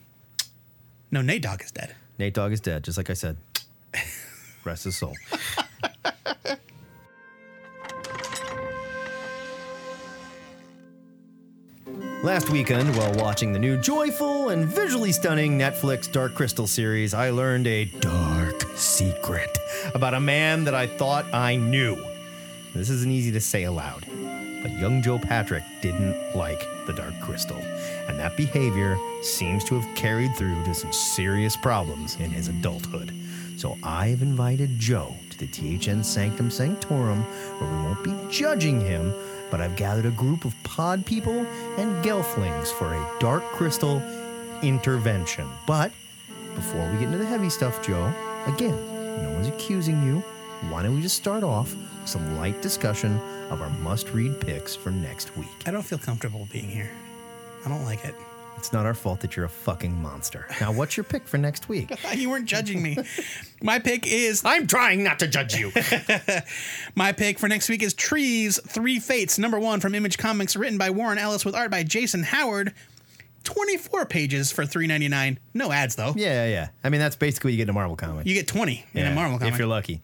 Speaker 3: No, Nate Dogg is dead.
Speaker 2: Nate Dogg is dead, just like I said. Rest his soul. Last weekend, while watching the new joyful and visually stunning Netflix Dark Crystal series, I learned a dark secret about a man that I thought I knew. This isn't easy to say aloud, but young Joe Patrick didn't like the Dark Crystal, and that behavior seems to have carried through to some serious problems in his adulthood. So I've invited Joe to the THN Sanctum Sanctorum, where we won't be judging him, but I've gathered a group of pod people and gelflings for a Dark Crystal intervention. But before we get into the heavy stuff, Joe, again, no one's accusing you. Why don't we just start off with some light discussion of our must read picks for next week?
Speaker 3: I don't feel comfortable being here. I don't like it.
Speaker 2: It's not our fault that you're a fucking monster. Now, what's your pick for next week?
Speaker 3: You weren't judging me. My pick is
Speaker 10: I'm trying not to judge you.
Speaker 3: my pick for next week is Trees Three Fates, number one from Image Comics, written by Warren Ellis with art by Jason Howard. 24 pages for 3.99. No ads though.
Speaker 2: Yeah, yeah, yeah. I mean, that's basically what you get in a Marvel comic.
Speaker 3: You get 20 in
Speaker 2: Yeah,
Speaker 3: a Marvel comic.
Speaker 2: If you're lucky.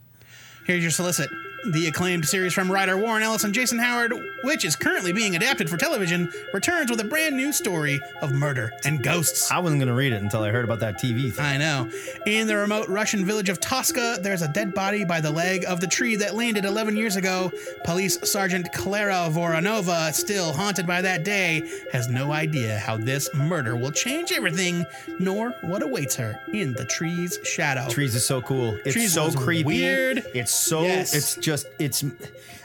Speaker 3: Here's your solicit. The acclaimed series from writer Warren Ellis and Jason Howard, which is currently being adapted for television, returns with a brand new story of murder and ghosts.
Speaker 2: I wasn't going to read it until I heard about that TV thing.
Speaker 3: I know. In the remote Russian village of Tosca, there's a dead body by the leg of the tree that landed 11 years ago. Police Sergeant Clara Voronova, still haunted by that day, has no idea how this murder will change everything, nor what awaits her in the tree's shadow.
Speaker 2: Trees is so cool. It's
Speaker 3: Trees
Speaker 2: so
Speaker 3: was
Speaker 2: creepy.
Speaker 3: weird.
Speaker 2: It's so.
Speaker 3: Yes.
Speaker 2: It's just. It's.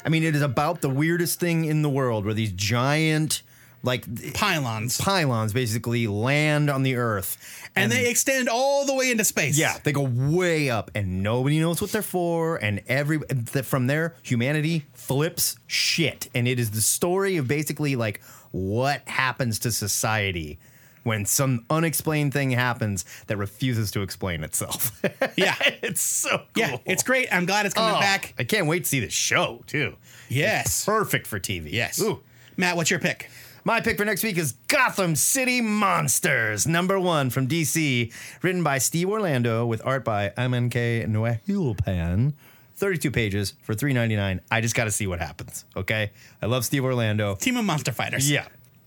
Speaker 2: I mean, it is about the weirdest thing in the world, where these giant, like
Speaker 3: Pylons.
Speaker 2: pylons, basically land on the earth,
Speaker 3: and they extend all the way into space.
Speaker 2: Yeah, they go way up, and nobody knows what they're for. And every th- from there, humanity flips shit, and it is the story of basically like what happens to society when some unexplained thing happens that refuses to explain itself.
Speaker 3: Yeah.
Speaker 2: it's so cool.
Speaker 3: Yeah, it's great. I'm glad it's coming
Speaker 2: Oh,
Speaker 3: back.
Speaker 2: I can't wait to see the show too.
Speaker 3: Yes.
Speaker 2: Perfect for TV.
Speaker 3: Yes.
Speaker 2: Ooh.
Speaker 3: Matt, what's your pick?
Speaker 2: My pick for next week is Gotham City Monsters, number one from DC, written by Steve Orlando with art by MNK Noahulpan. 32 pages for $3.99. I just got to see what happens, okay? I love Steve Orlando.
Speaker 3: Team of Monster Fighters.
Speaker 2: Yeah.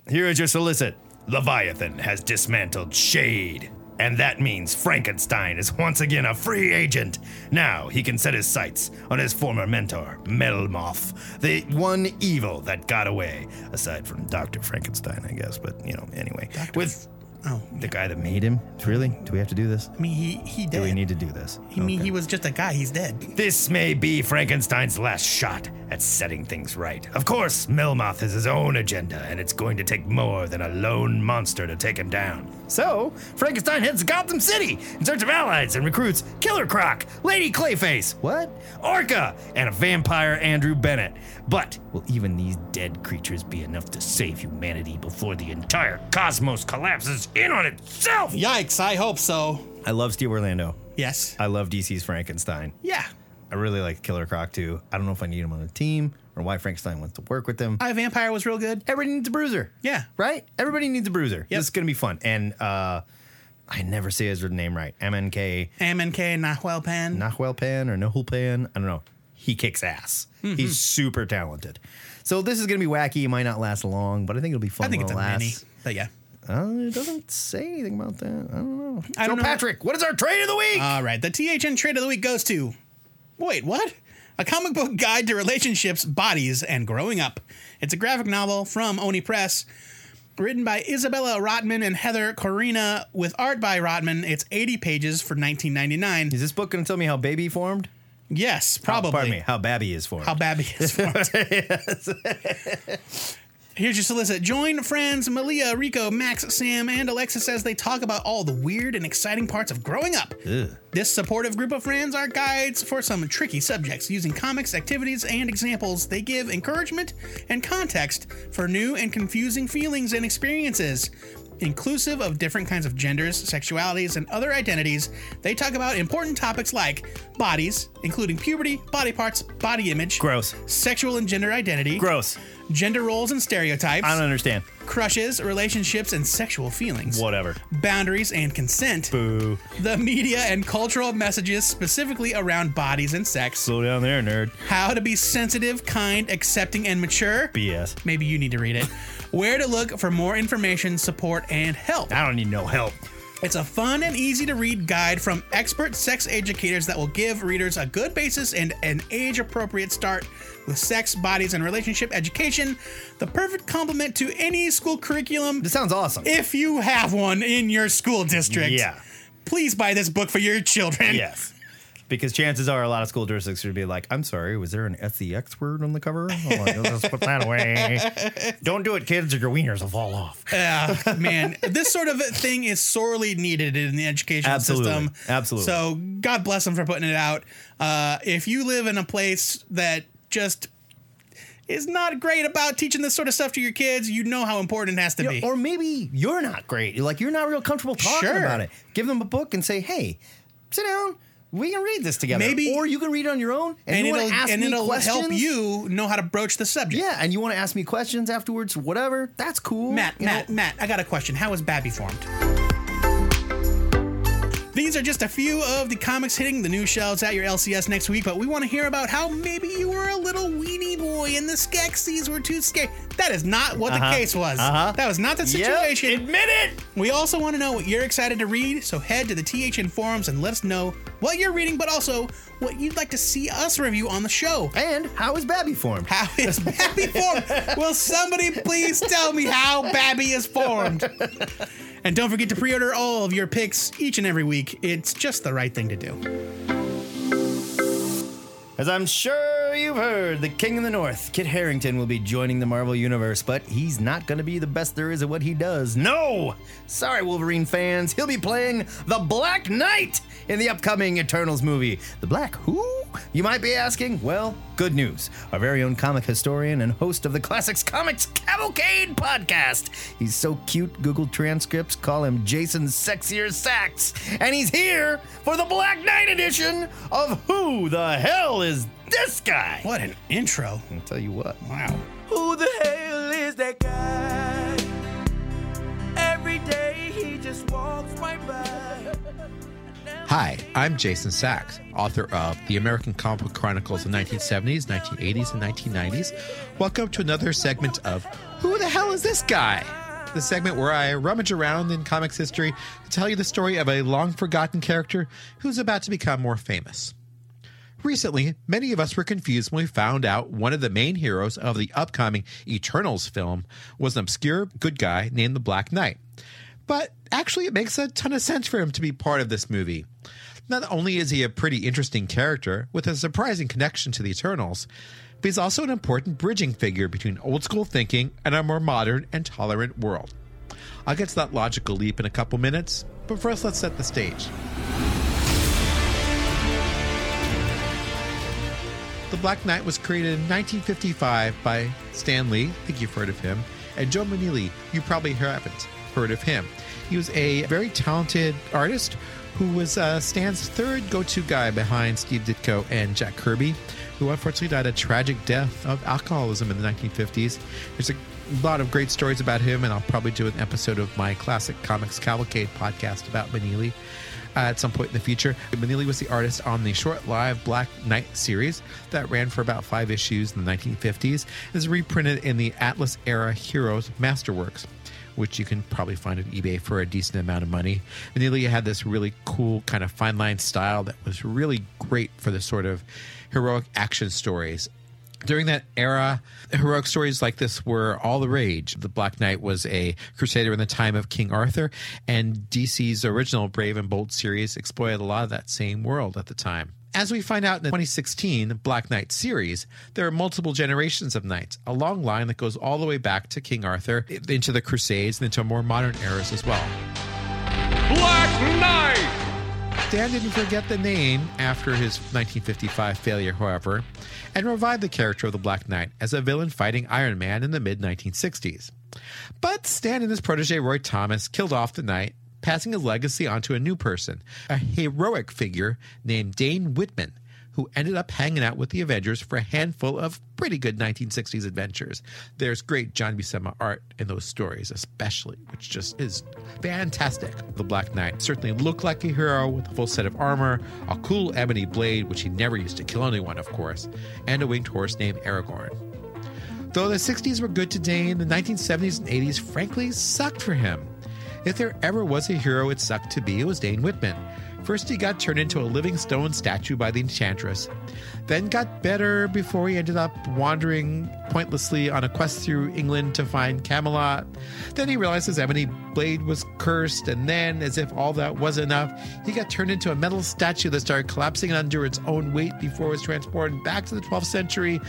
Speaker 10: Here is your solicit. Leviathan has dismantled Shade, and that means Frankenstein is once again a free agent. Now he can set his sights on his former mentor, Melmoth, the one evil that got away, aside from Dr. Frankenstein, I guess, but you know, anyway. With
Speaker 3: Oh,
Speaker 10: the guy that made
Speaker 2: Need him? Really? Do we have to do this?
Speaker 3: I mean, he he did.
Speaker 2: Do we need to do this?
Speaker 3: I mean,
Speaker 2: Okay.
Speaker 3: he was just a guy. He's dead.
Speaker 10: This may be Frankenstein's last shot
Speaker 11: at setting things right. Of course, Melmoth has his own agenda, and it's going to take more than a lone monster to take him down. So, Frankenstein heads to Gotham City in search of allies and recruits Killer Croc, Lady Clayface, what? Orca, and a vampire Andrew Bennett. But will even these dead creatures be enough to save humanity before the entire cosmos collapses in on itself?
Speaker 3: Yikes, I hope so.
Speaker 2: I love Steve Orlando.
Speaker 3: Yes.
Speaker 2: I love DC's Frankenstein.
Speaker 3: Yeah.
Speaker 2: I really like Killer Croc too. I don't know if I need him on the team or why Frankenstein wants to work with him.
Speaker 3: I Vampire was real good.
Speaker 2: Everybody needs a bruiser.
Speaker 3: Yeah.
Speaker 2: Right? Everybody needs a bruiser. This is going to be fun. And uh, I never say his name right. MNK
Speaker 3: MNK Nahuel Pan.
Speaker 2: Nahuelpan or Nahulpan. I don't know. He kicks ass.
Speaker 3: Mm-hmm.
Speaker 2: He's super talented. So this is going to be wacky. It might not last long, but I think it'll be fun.
Speaker 3: I think
Speaker 2: while
Speaker 3: it's a
Speaker 2: it lasts.
Speaker 3: mini, but yeah.
Speaker 2: Uh, it doesn't say anything about that. I don't know.
Speaker 3: I don't
Speaker 2: Joe
Speaker 3: know. Uh,
Speaker 2: Patrick, what is our trade of the week?
Speaker 3: All right, the THN trade of the week goes to. Wait, what? A comic book guide to relationships, bodies, and growing up. It's a graphic novel from Oni Press, written by Isabella Rotman and Heather Corina, with art by Rotman. It's 80 pages for 1999.
Speaker 2: is this book going to tell me how baby formed?
Speaker 3: Yes,
Speaker 2: How-
Speaker 3: probably.
Speaker 2: Oh, pardon me. How Babby is formed.
Speaker 3: How babby is formed. Here's your solicit. Join friends Malia, Rico, Max, Sam, and Alexis as they talk about all the weird and exciting parts of growing up. This supportive group of friends are guides for some tricky subjects using comics, activities, and examples. They give encouragement and context for new and confusing feelings and experiences. Inclusive of different kinds of genders, sexualities, and other identities, they talk about important topics like bodies, including puberty, body parts, body image,
Speaker 2: Gross.
Speaker 3: sexual and gender identity,
Speaker 2: Gross.
Speaker 3: gender roles and stereotypes,
Speaker 2: I don't understand.
Speaker 3: crushes, relationships, and sexual feelings,
Speaker 2: Whatever.
Speaker 3: boundaries and consent,
Speaker 2: Boo.
Speaker 3: the media and cultural messages specifically around bodies and sex,
Speaker 2: Slow down there, nerd.
Speaker 3: how to be sensitive, kind, accepting, and mature.
Speaker 2: BS.
Speaker 3: Maybe you need to read it. Where to look for more information, support, and help.
Speaker 2: I don't need no help.
Speaker 3: It's a fun and easy to read guide from expert sex educators that will give readers a good basis and an age appropriate start with sex, bodies, and relationship education. The perfect complement to any school curriculum
Speaker 2: This sounds awesome.
Speaker 3: if you have one in your school district.
Speaker 2: Yeah.
Speaker 3: Please buy this book for your children.
Speaker 2: Yes. Because chances are a lot of school districts would be like, I'm sorry, was there an SEX word on the cover? I'm like, Let's put that away. Don't do it, kids, or your wieners will fall off.
Speaker 3: Ah, man, this sort of thing is sorely needed in the educational
Speaker 2: Absolutely.
Speaker 3: system.
Speaker 2: Absolutely.
Speaker 3: So God bless them for putting it out. Uh, if you live in a place that just is not great about teaching this sort of stuff to your kids, you know how important it has to be.
Speaker 2: Or maybe you're not great. Like, you're not real comfortable talking
Speaker 3: Sure.
Speaker 2: about it. Give them a book and say, hey, sit down. We can read this together.
Speaker 3: Maybe-
Speaker 2: Or you can read it on your own and,
Speaker 3: and
Speaker 2: you want
Speaker 3: it'll
Speaker 2: to ask
Speaker 3: and
Speaker 2: me
Speaker 3: it'll
Speaker 2: questions.
Speaker 3: help you know how to broach the subject.
Speaker 2: Yeah, and you want to ask me questions afterwards, whatever. That's cool.
Speaker 3: Matt,
Speaker 2: You
Speaker 3: Matt,
Speaker 2: know,
Speaker 3: Matt, I got a question. How was Babby formed? These are just a few of the comics hitting the new shelves at your LCS next week, but we want to hear about how maybe you were a little weenie boy and the Skeksis were too scared. That is not what the case was.
Speaker 2: Uh-huh.
Speaker 3: That was not the
Speaker 2: Yep,
Speaker 3: situation.
Speaker 2: admit it.
Speaker 3: We also want to know what you're excited to read, so head to the THN forums and let us know what you're reading, but also what you'd like to see us review on the show.
Speaker 2: And how is Babby formed?
Speaker 3: How is Babby formed? Will somebody please tell me how Babby is formed? And don't forget to pre order all of your picks each and every week. It's just the right thing to do.
Speaker 2: As I'm sure you've heard, the King of the North, Kit Harrington, will be joining the Marvel Universe, but he's not going to be the best there is at what he does. No! Sorry, Wolverine fans, he'll be playing the Black Knight in the upcoming Eternals movie. The Black Who? You might be asking. Well, good news. Our very own comic historian and host of the Classics Comics Cavalcade podcast. He's so cute, Google transcripts call him Jason Sexier Sax. And he's here for the Black Knight edition of Who the Hell Is This Guy?
Speaker 3: What an intro.
Speaker 2: I'll tell you what.
Speaker 3: Wow.
Speaker 12: Who the hell is that guy? Every day he just walks right by.
Speaker 13: Hi, I'm Jason Sachs, author of The American Comic Book Chronicles of the 1970s, 1980s, and 1990s. Welcome to another segment of Who the Hell Is This Guy? The segment where I rummage around in comics history to tell you the story of a long forgotten character who's about to become more famous. Recently, many of us were confused when we found out one of the main heroes of the upcoming Eternals film was an obscure good guy named the Black Knight. But actually, it makes a ton of sense for him to be part of this movie. Not only is he a pretty interesting character with a surprising connection to the Eternals, but he's also an important bridging figure between old school thinking and our more modern and tolerant world. I'll get to that logical leap in a couple minutes, but first let's set the stage. The Black Knight was created in 1955 by Stan Lee, I think you've heard of him, and Joe Manili, you probably haven't heard of him. He was a very talented artist who was uh, Stan's third go to guy behind Steve Ditko and Jack Kirby, who unfortunately died a tragic death of alcoholism in the 1950s. There's a lot of great stories about him, and I'll probably do an episode of my classic Comics Cavalcade podcast about Manili uh, at some point in the future. Manili was the artist on the short live Black Knight series that ran for about five issues in the 1950s. It was reprinted in the Atlas era Heroes Masterworks. Which you can probably find at eBay for a decent amount of money. Manili had this really cool kind of fine line style that was really great for the sort of heroic action stories during that era, heroic stories like this were all the rage. The Black Knight was a crusader in the time of King Arthur, and DC's original Brave and Bold series exploited a lot of that same world at the time. As we find out in the 2016 Black Knight series, there are multiple generations of knights, a long line that goes all the way back to King Arthur, into the Crusades, and into more modern eras as well.
Speaker 14: Black Knight!
Speaker 13: Dan didn't forget the name after his 1955 failure, however, and revived the character of the Black Knight as a villain fighting Iron Man in the mid 1960s. But Stan and his protege Roy Thomas killed off the Knight, passing his legacy on to a new person, a heroic figure named Dane Whitman, who ended up hanging out with the Avengers for a handful of pretty good 1960s adventures. There's great John Buscema art in those stories, especially, which just is fantastic. The Black Knight certainly looked like a hero with a full set of armor, a cool ebony blade, which he never used to kill anyone, of course, and a winged horse named Aragorn. Though the 60s were good to Dane, the 1970s and 80s frankly sucked for him. If there ever was a hero it sucked to be, it was Dane Whitman. First, he got turned into a living stone statue by the Enchantress, then got better before he ended up wandering pointlessly on a quest through England to find Camelot. Then he realized his ebony blade was cursed, and then, as if all that wasn't enough, he got turned into a metal statue that started collapsing under its own weight before it was transported back to the 12th century,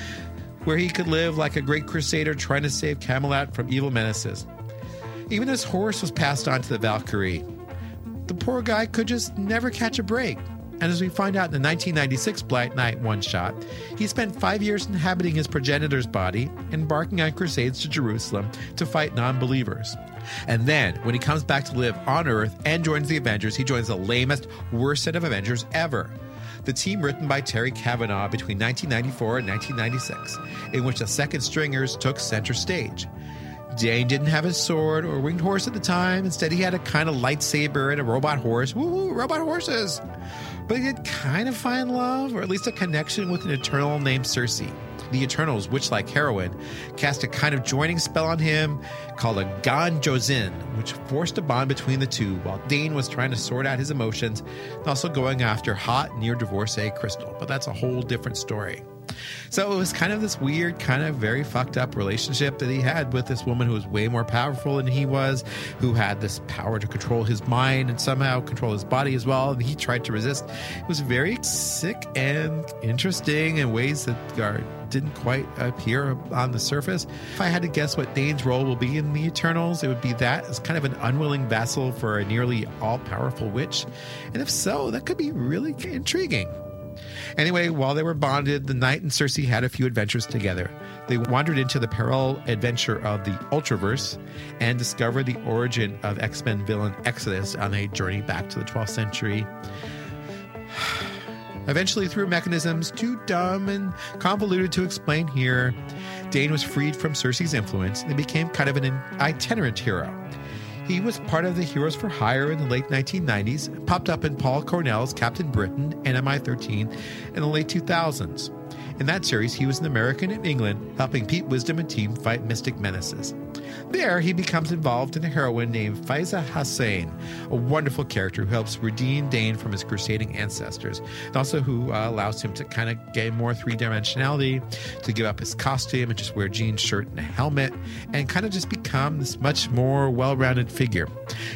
Speaker 13: where he could live like a great crusader trying to save Camelot from evil menaces. Even his horse was passed on to the Valkyrie the poor guy could just never catch a break. And as we find out in the 1996 Black Knight one shot, he spent five years inhabiting his progenitor's body, embarking on crusades to Jerusalem to fight non believers. And then, when he comes back to live on Earth and joins the Avengers, he joins the lamest, worst set of Avengers ever. The team written by Terry Kavanaugh between 1994 and 1996, in which the second stringers took center stage. Dane didn't have his sword or winged horse at the time. Instead, he had a kind of lightsaber and a robot horse. Woohoo, robot horses! But he did kind of find love, or at least a connection with an Eternal named Circe. The Eternals, witch like heroine, cast a kind of joining spell on him called a Gan Josin, which forced a bond between the two while Dane was trying to sort out his emotions and also going after hot near divorcee Crystal. But that's a whole different story. So it was kind of this weird, kind of very fucked up relationship that he had with this woman who was way more powerful than he was, who had this power to control his mind and somehow control his body as well. And he tried to resist. It was very sick and interesting in ways that are didn't quite appear on the surface. If I had to guess what Dane's role will be in the Eternals, it would be that as kind of an unwilling vassal for a nearly all powerful witch. And if so, that could be really intriguing. Anyway, while they were bonded, the knight and Circe had a few adventures together. They wandered into the peril adventure of the Ultraverse and discovered the origin of X Men villain Exodus on a journey back to the 12th century. Eventually, through mechanisms too dumb and convoluted to explain here, Dane was freed from Circe's influence and became kind of an itinerant hero. He was part of the Heroes for Hire in the late 1990s, popped up in Paul Cornell's Captain Britain and MI 13 in the late 2000s. In that series, he was an American in England, helping Pete Wisdom and team fight mystic menaces. There, he becomes involved in a heroine named Faiza Hussein, a wonderful character who helps redeem Dane from his crusading ancestors, and also who uh, allows him to kind of gain more three dimensionality, to give up his costume and just wear jeans, shirt, and a helmet, and kind of just become this much more well rounded figure.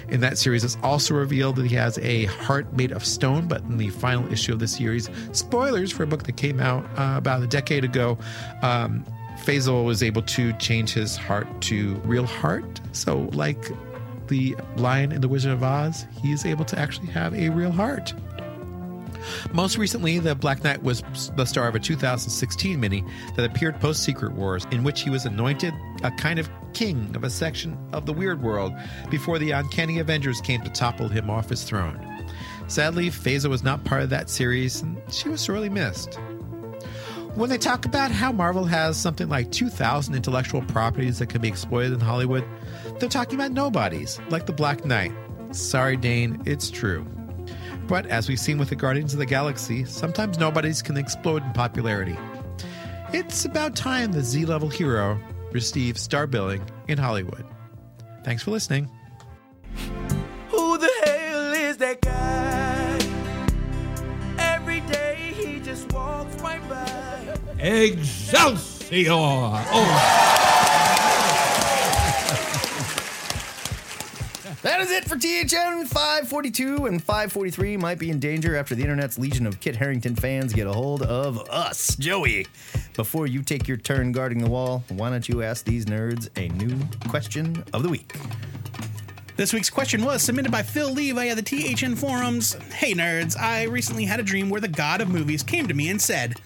Speaker 13: In that series, it's also revealed that he has a heart made of stone, but in the final issue of the series, spoilers for a book that came out uh, about a decade ago, um, Faisal was able to change his heart to real heart. So, like the lion in The Wizard of Oz, he is able to actually have a real heart. Most recently, the Black Knight was the star of a 2016 mini that appeared post Secret Wars, in which he was anointed a kind of king of a section of the weird world before the uncanny Avengers came to topple him off his throne. Sadly, Phasa was not part of that series, and she was sorely missed when they talk about how Marvel has something like 2,000 intellectual properties that can be exploited in Hollywood, they're talking about nobodies, like the Black Knight. Sorry, Dane, it's true. But as we've seen with the Guardians of the Galaxy, sometimes nobodies can explode in popularity. It's about time the Z level hero receives star billing in Hollywood. Thanks for listening.
Speaker 15: Who the hell is that guy? Every day he just walks right by.
Speaker 16: Excelsior! Oh,
Speaker 2: That is it for THN 542 and 543 might be in danger after the internet's legion of Kit Harrington fans get a hold of us. Joey, before you take your turn guarding the wall, why don't you ask these nerds a new question of the week?
Speaker 3: This week's question was submitted by Phil Lee via the THN forums. Hey nerds, I recently had a dream where the god of movies came to me and said,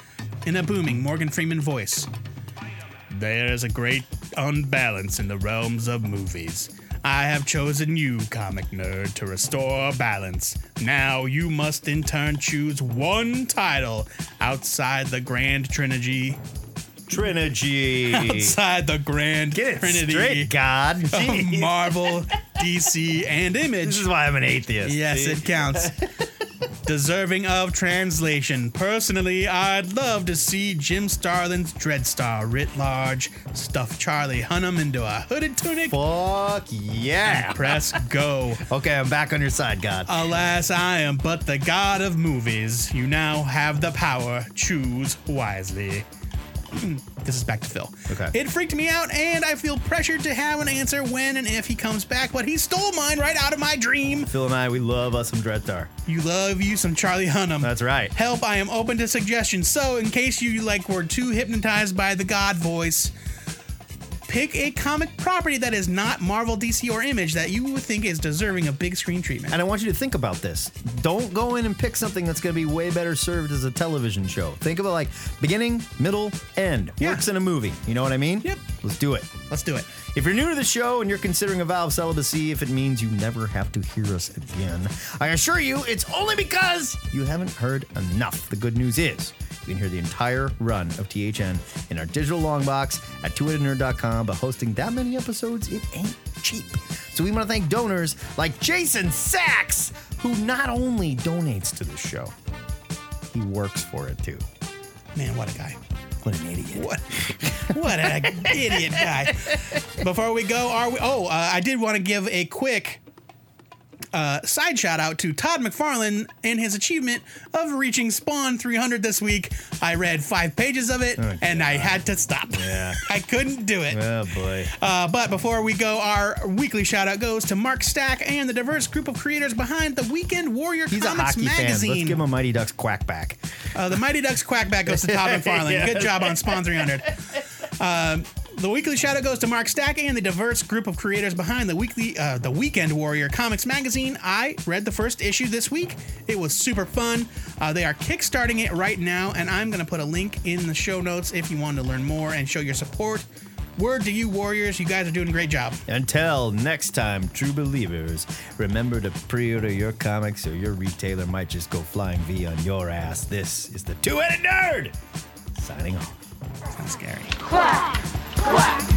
Speaker 3: in a booming Morgan Freeman voice, There is a great unbalance in the realms of movies. I have chosen you, comic nerd, to restore balance. Now you must in turn choose one title outside the grand trilogy.
Speaker 2: Trinergy.
Speaker 3: Outside the grand
Speaker 2: Get it
Speaker 3: trinity
Speaker 2: straight, God.
Speaker 3: of
Speaker 2: Jeez.
Speaker 3: Marvel, DC, and Image.
Speaker 2: This is why I'm an atheist.
Speaker 3: Yes,
Speaker 2: see?
Speaker 3: it counts. Deserving of translation. Personally, I'd love to see Jim Starlin's Dreadstar writ large stuff Charlie Hunnam into a hooded tunic.
Speaker 2: Fuck yeah.
Speaker 3: Press go.
Speaker 2: Okay, I'm back on your side, God.
Speaker 3: Alas, I am but the god of movies. You now have the power. Choose wisely. this is back to Phil.
Speaker 2: Okay.
Speaker 3: It freaked me out, and I feel pressured to have an answer when and if he comes back, but he stole mine right out of my dream.
Speaker 2: Phil and I, we love us some Dreadstar.
Speaker 3: You love you some Charlie Hunnam.
Speaker 2: That's right.
Speaker 3: Help, I am open to suggestions. So, in case you like were too hypnotized by the God voice, pick a comic property that is not Marvel, DC, or Image that you would think is deserving of big screen treatment.
Speaker 2: And I want you to think about this. Don't go in and pick something that's going to be way better served as a television show. Think about like beginning, middle, end.
Speaker 3: Yeah.
Speaker 2: Works in a movie. You know what I mean?
Speaker 3: Yep.
Speaker 2: Let's do it.
Speaker 3: Let's do it.
Speaker 2: If you're new to the show and you're considering a vow of celibacy, if it means you never have to hear us again, I assure you it's only because you haven't heard enough. The good news is you can hear the entire run of THN in our digital long box at twitternerd.com, but hosting that many episodes, it ain't cheap. So we want to thank donors like Jason Sachs, who not only donates to the show, he works for it too.
Speaker 3: Man, what a guy.
Speaker 2: What an idiot.
Speaker 3: What, what an idiot guy. Before we go, are we? Oh, uh, I did want to give a quick uh, side shout out to Todd McFarlane and his achievement of reaching Spawn 300 this week. I read five pages of it and I had to stop. I couldn't do it.
Speaker 2: Oh boy.
Speaker 3: Uh, but before we go, our weekly shout out goes to Mark Stack and the diverse group of creators behind the Weekend Warrior
Speaker 2: He's
Speaker 3: Comics
Speaker 2: a hockey
Speaker 3: magazine.
Speaker 2: fan. Let's give him a Mighty Ducks quack back.
Speaker 3: Uh, the Mighty Ducks quack back goes to Todd McFarlane. Good job on Spawn 300. Um, the weekly shout out goes to Mark Stack and the diverse group of creators behind the weekly, uh, the Weekend Warrior Comics magazine. I read the first issue this week. It was super fun. Uh, they are kickstarting it right now, and I'm going to put a link in the show notes if you want to learn more and show your support. Word to you, Warriors! You guys are doing a great job.
Speaker 2: Until next time, true believers, remember to pre order your comics or your retailer might just go flying V on your ass. This is the Two Headed Nerd signing off.
Speaker 3: Sounds scary.
Speaker 17: quack, quack.